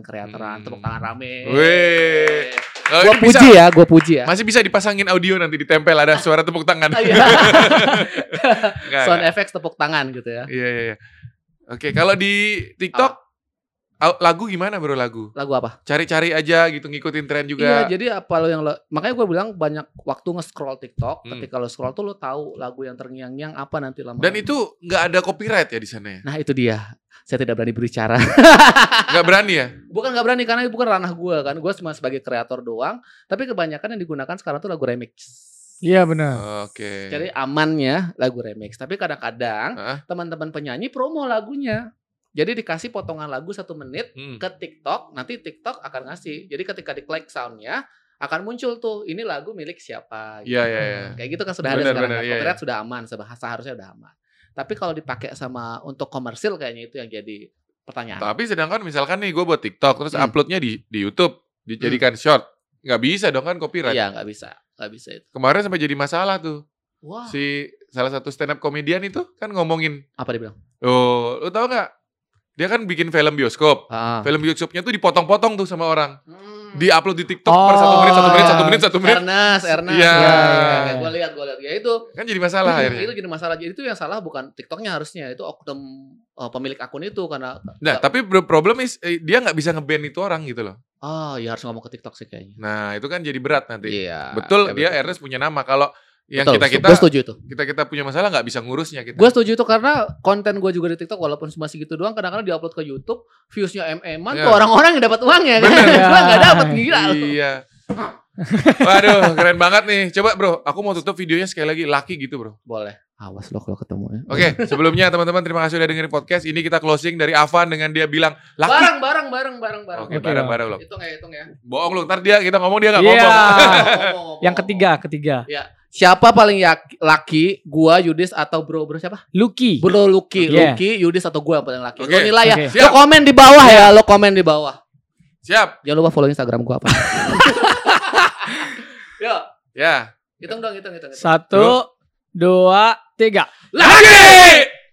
A: Hmm.
C: kreatoran. Tepuk tangan rame.
A: Weh. Kalau
C: Gue
A: Eh, ini bisa,
C: puji ya, gue puji ya.
A: masih bisa dipasangin audio nanti ditempel ada suara tepuk tangan.
C: Ah, iya.
A: Nggak,
C: Sound effects tepuk tangan gitu ya.
A: Iya iya. iya. Oke, kalau di TikTok au- lagu gimana bro lagu?
C: Lagu apa?
A: Cari-cari aja gitu ngikutin tren
C: Iya,
A: juga.
C: jadi apa lo yang lo makanya gue bilang banyak waktu nge-scroll TikTok.
A: Hmm.
C: Ketika lo scroll tuh lo tahu lagu yang terngiang-ngiang apa nanti lama.
A: Dan itu nggak ada copyright ya di sana ya?
C: Nah itu dia. Saya tidak berani berbicara.
A: Nggak berani ya?
C: Bukan nggak berani karena itu bukan ranah gue kan. Gue cuma sebagai kreator doang. Tapi kebanyakan yang digunakan sekarang tuh lagu remix.
B: Iya benar.
A: Oke.
C: Jadi amannya lagu remix. Tapi kadang-kadang
A: Hah?
C: teman-teman penyanyi promo lagunya. Jadi dikasih potongan lagu satu menit
A: Hmm.
C: ke TikTok. Nanti TikTok akan ngasih. Jadi ketika diklik soundnya akan muncul tuh ini lagu milik siapa. gitu.
A: Iya iya iya.
C: Kayak gitu kan sudah ada
A: Benar,
C: sekarang.
A: benar,
C: kan.
A: iya, iya.
C: Copyright sudah aman, sebahasa harusnya udah aman. Tapi kalau dipakai sama untuk komersil kayaknya itu yang jadi pertanyaan.
A: Tapi sedangkan misalkan nih gue buat TikTok terus
C: Hmm.
A: uploadnya di di YouTube dijadikan short, nggak bisa dong kan copyright.
C: Iya nggak bisa, nggak bisa itu.
A: Kemarin sampai jadi masalah tuh
C: Wah,
A: si salah satu stand up komedian itu kan ngomongin,
C: apa dia bilang?
A: oh lu tau nggak? Dia kan bikin film bioskop.
C: Ah.
A: Film bioskopnya tuh dipotong-potong tuh sama orang.
C: Hmm.
A: di upload di TikTok per satu menit satu menit satu menit satu menit
C: Ernest, Ernest.
A: Iya.
C: Gue lihat, gue lihat. Ya itu.
A: kan jadi masalah
C: Itu
A: akhirnya.
C: jadi masalah. Jadi itu yang salah bukan TikToknya harusnya. Itu oknum eh, pemilik akun itu karena
A: Nah tapi bro- problem is eh, dia nggak bisa nge-ban itu orang gitu loh.
C: ah ya harus ngomong ke TikTok sih kayaknya.
A: Nah itu kan jadi berat nanti.
C: Iya.
A: Betul
C: Ya,
A: dia
C: betul.
A: Ernest punya nama kalau yang
C: Betul,
A: kita kita
C: Gue setuju itu.
A: kita kita punya masalah nggak bisa ngurusnya kita.
C: Gue setuju itu karena konten gue juga di TikTok walaupun cuma segitu doang kadang-kadang diupload ke YouTube viewsnya mm-an
A: Iya.
C: tuh orang-orang yang dapat uangnya kan.
A: Bener.
C: gue nggak dapat gila. lu.
A: Iya. Waduh keren banget nih. Coba bro, aku mau tutup videonya sekali lagi laki gitu bro.
C: Boleh. Awas lo kalau ketemu ya.
A: Oke sebelumnya teman-teman terima kasih udah dengerin podcast. Ini kita closing dari Avan dengan dia bilang laki.
C: Bareng, bareng, bareng, bareng, bareng.
A: Oke
B: Oke,
A: bareng-bareng loh.
C: Hitung ya, hitung ya.
A: Bohong lu ntar dia kita ngomong dia nggak
B: Iya.
A: ngomong.
C: Ngomong-ngomong.
B: Yang ketiga, ketiga.
C: Ya. Siapa paling yak- laki? Gua, Yudis atau bro bro siapa?
B: Lucky.
C: Bro Lucky,
B: Yeah.
C: Lucky, Yudis atau gua yang paling laki.
A: Oke.
C: Lo nilai ya.
B: Oke.
A: Siap.
C: Lo komen di bawah ya, lo komen di bawah.
A: Siap.
C: Jangan lupa follow Instagram gua apa. Yo,
A: Ya.
C: hitung dong, hitung, hitung. hitung.
B: Satu, dua, tiga.
A: Lagi!